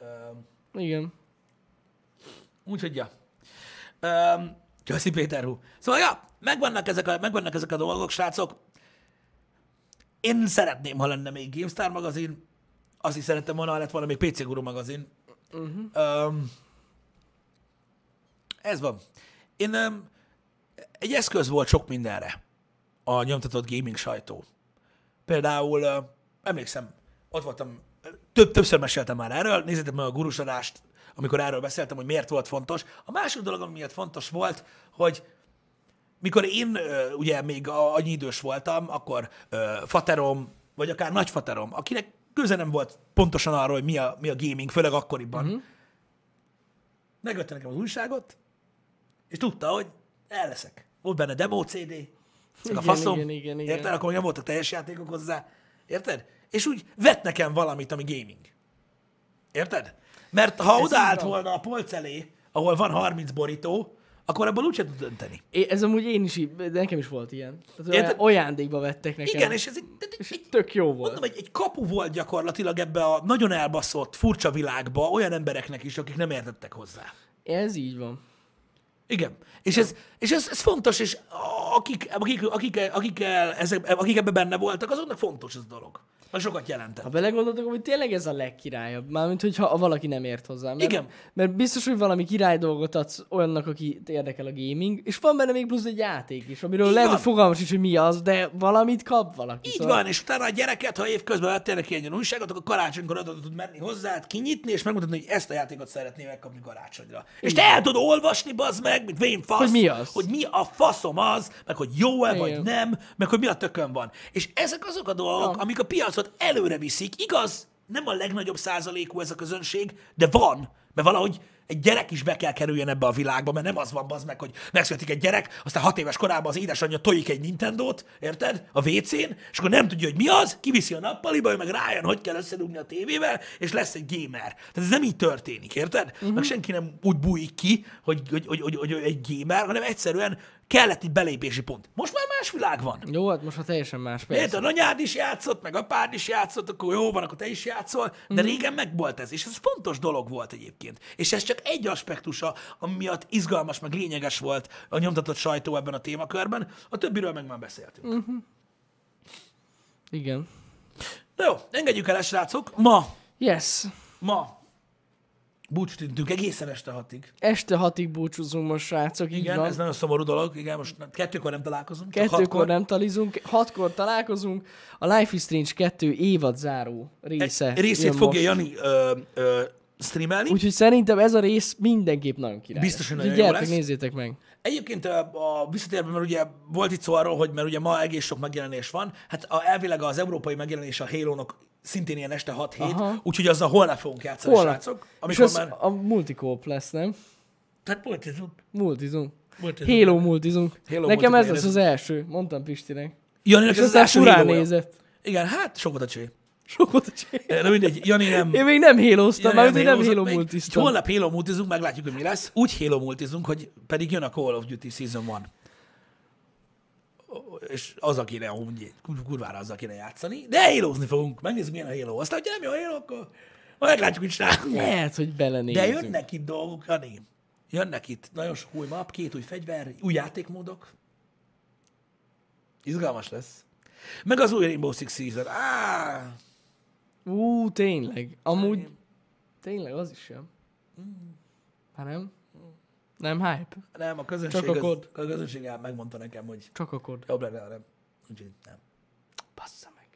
Öm,
Igen.
Úgyhogy, ja. Öm, Köszi Péter hú. Szóval, ja, megvannak ezek, a, megvannak ezek a dolgok, srácok. Én szeretném, ha lenne még GameStar magazin. Azt is szerettem volna, ha lett volna még PC Guru magazin. Uh-huh. Um, ez van. Én um, egy eszköz volt sok mindenre a nyomtatott gaming sajtó. Például, ö, emlékszem, ott voltam, ö, több, többször meséltem már erről, nézzétek meg a gurusodást, amikor erről beszéltem, hogy miért volt fontos. A másik dolog, ami miatt fontos volt, hogy mikor én ö, ugye még a- annyi idős voltam, akkor ö, faterom, vagy akár nagyfaterom, akinek köze nem volt pontosan arról, hogy mi a, mi a gaming, főleg akkoriban,
Mhm.
uh-huh. megvette nekem az újságot, és tudta, hogy el leszek. volt benne demo CD, meg a
Igen,
faszom,
igen, igen, igen.
érted? Akkor nem voltak teljes játékok hozzá, érted? És úgy vett nekem valamit, ami gaming. Érted? Mert ha odaállt
van.
volna a polc elé, ahol van 30 borító, akkor abból úgyse tud dönteni.
É, ez amúgy én is, így- de nekem is volt ilyen. Tehát olyan,
Érted?
ajándékba vettek nekem.
Igen, és ez egy, tehát egy,
és
egy,
tök jó volt.
mondom, egy, egy kapu volt gyakorlatilag ebbe a nagyon elbaszott, furcsa világba olyan embereknek is, akik nem értettek hozzá.
Ez így van.
Igen. És ez, és ez, ez fontos, és akik, akik, akik, akik, ezek, akik ebben benne voltak, azoknak fontos ez a dolog. Nagyon sokat jelentett.
Ha belegondoltok, hogy tényleg ez a legkirályabb. Mármint, hogyha valaki nem ért hozzá. Mert,
Igen.
Mert biztos, hogy valami király dolgot adsz olyannak, aki érdekel a gaming, és van benne még plusz egy játék is, amiről
Így
lehet, hogy
van.
fogalmas sincs, hogy mi az, de valamit kap valaki. szóval-
Így van, és utána a gyereket, ha évközben vettél neki egy ilyen újságot, akkor karácsonykor oda tud menni hozzád, kinyitni, és megmutatni, hogy ezt a játékot szeretné megkapni karácsonyra. És te el tudod olvasni, bazd meg, mint vén fasz,
Hogy mi az?
hogy mi a faszom az, meg hogy jó-e vagy
Igen.
nem, meg hogy mi a tökön van. És ezek azok a dolgok,
Van.
amik a piacot előre viszik. Igaz, nem a legnagyobb százalékú ez a közönség, de van, mert valahogy egy gyerek is be kell kerüljön ebbe a világba, mert nem az van az meg, hogy megszületik egy gyerek, aztán hat éves korában az édesanyja tojik egy Nintendót, érted? A wc és akkor nem tudja, hogy mi az, kiviszi a nappaliba, ő meg rájön, hogy kell összedugni a tévével, és lesz egy gamer. Tehát ez nem így történik, érted? Uh-huh. Meg senki nem úgy bújik ki, hogy, hogy, hogy, hogy, hogy ő egy gamer, hanem egyszerűen kellett egy belépési pont. Most már más világ van.
Jó, hát most ha teljesen más persze.
Érted, anyád is játszott, meg apád is játszott, akkor jó van, akkor te is játszol,
Mhm.
de régen meg volt ez, és ez fontos dolog volt egyébként. És ez csak egy aspektusa, ami miatt izgalmas, meg lényeges volt a nyomtatott sajtó ebben a témakörben, a többiről meg már beszéltünk.
Mhm.
Mm.
Igen.
Na jó, engedjük el, srácok, ma,
Yes.
ma búcsútintünk egészen este hatig.
Este hatig búcsúzunk most, srácok. Így
Igen,
van.
ez nagyon szomorú dolog, igen, most nem- kettőkor nem találkozunk, csak
Kettőkor
hatkor.
nem talizunk, hatkor találkozunk. A Life is Strange 2 évad záró része.
Részét
jön
fogja
most.
Jani ö, ö, streamelni.
Úgyhogy szerintem ez a rész mindenképp nagyon király.
Biztos, hogy
Úgyhogy
nagyon jó
gyertek,
lesz.
nézzétek meg.
Egyébként ö, a visszatérve, mert ugye volt itt szó arról, hogy mert ugye ma egész sok megjelenés van, hát a, elvileg az európai megjelenés a halo szintén ilyen este 6 7
Aha.
úgyhogy azzal holnap fogunk játszani,
Holnap.
srácok.
És
Amikor az...
az
már...
a multikóp lesz, nem?
Tehát volt ez ott.
Multizunk.
Multizunk.
Halo multizunk.
Halo
Nekem ez
multiplayer,
lesz
ez-
az első, mondtam Pistinek.
Jani,
És
ez az
aztán
első
furán
halo
nézett.
Igen, hát sok volt a cső.
Sokat a csé-
De mindegy, Jani nem...
Én még nem hélóztam,
Jani
mert én nem
halozott
Halo
még.
multiztam.
Holnap halo multizunk, meglátjuk, hogy mi lesz. Úgy halo multizunk, hogy pedig jön a Call of Duty Season 1. és az, akire úgy, kurvára az, akire játszani, de hélózni fogunk, megnézzük, milyen a héló. Aztán, hogyha nem jó a héló, akkor majd meglátjuk, hogy csinálunk.
Lehet, hogy
De
belenézünk.
jönnek itt dolgok, Jani. Jönnek itt nagyon sok új map, két új fegyver, új játékmódok. Izgalmas lesz. Meg az új Rainbow Six Season. Á,
Ú, tényleg. Amúgy, tényleg az is jön. Hát nem? Nem hype?
nem, a közönség,
Csak a
az-
kod.
a közönség el- megmondta nekem, hogy
Csak a kod.
jobb lenne, ha nem. Úgyhogy nem.
Bassza meg.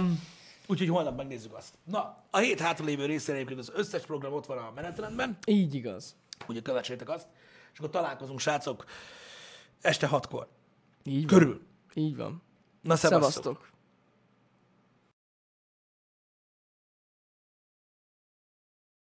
Um, úgyhogy holnap megnézzük azt. Na, a hét hátralévő részén egyébként az összes program ott van a menetrendben,
Így igaz.
ugye kövessétek azt, és akkor találkozunk, srácok, este hatkor.
Így van.
Körül.
Így van.
Na, szevasztok.
Szevasztok.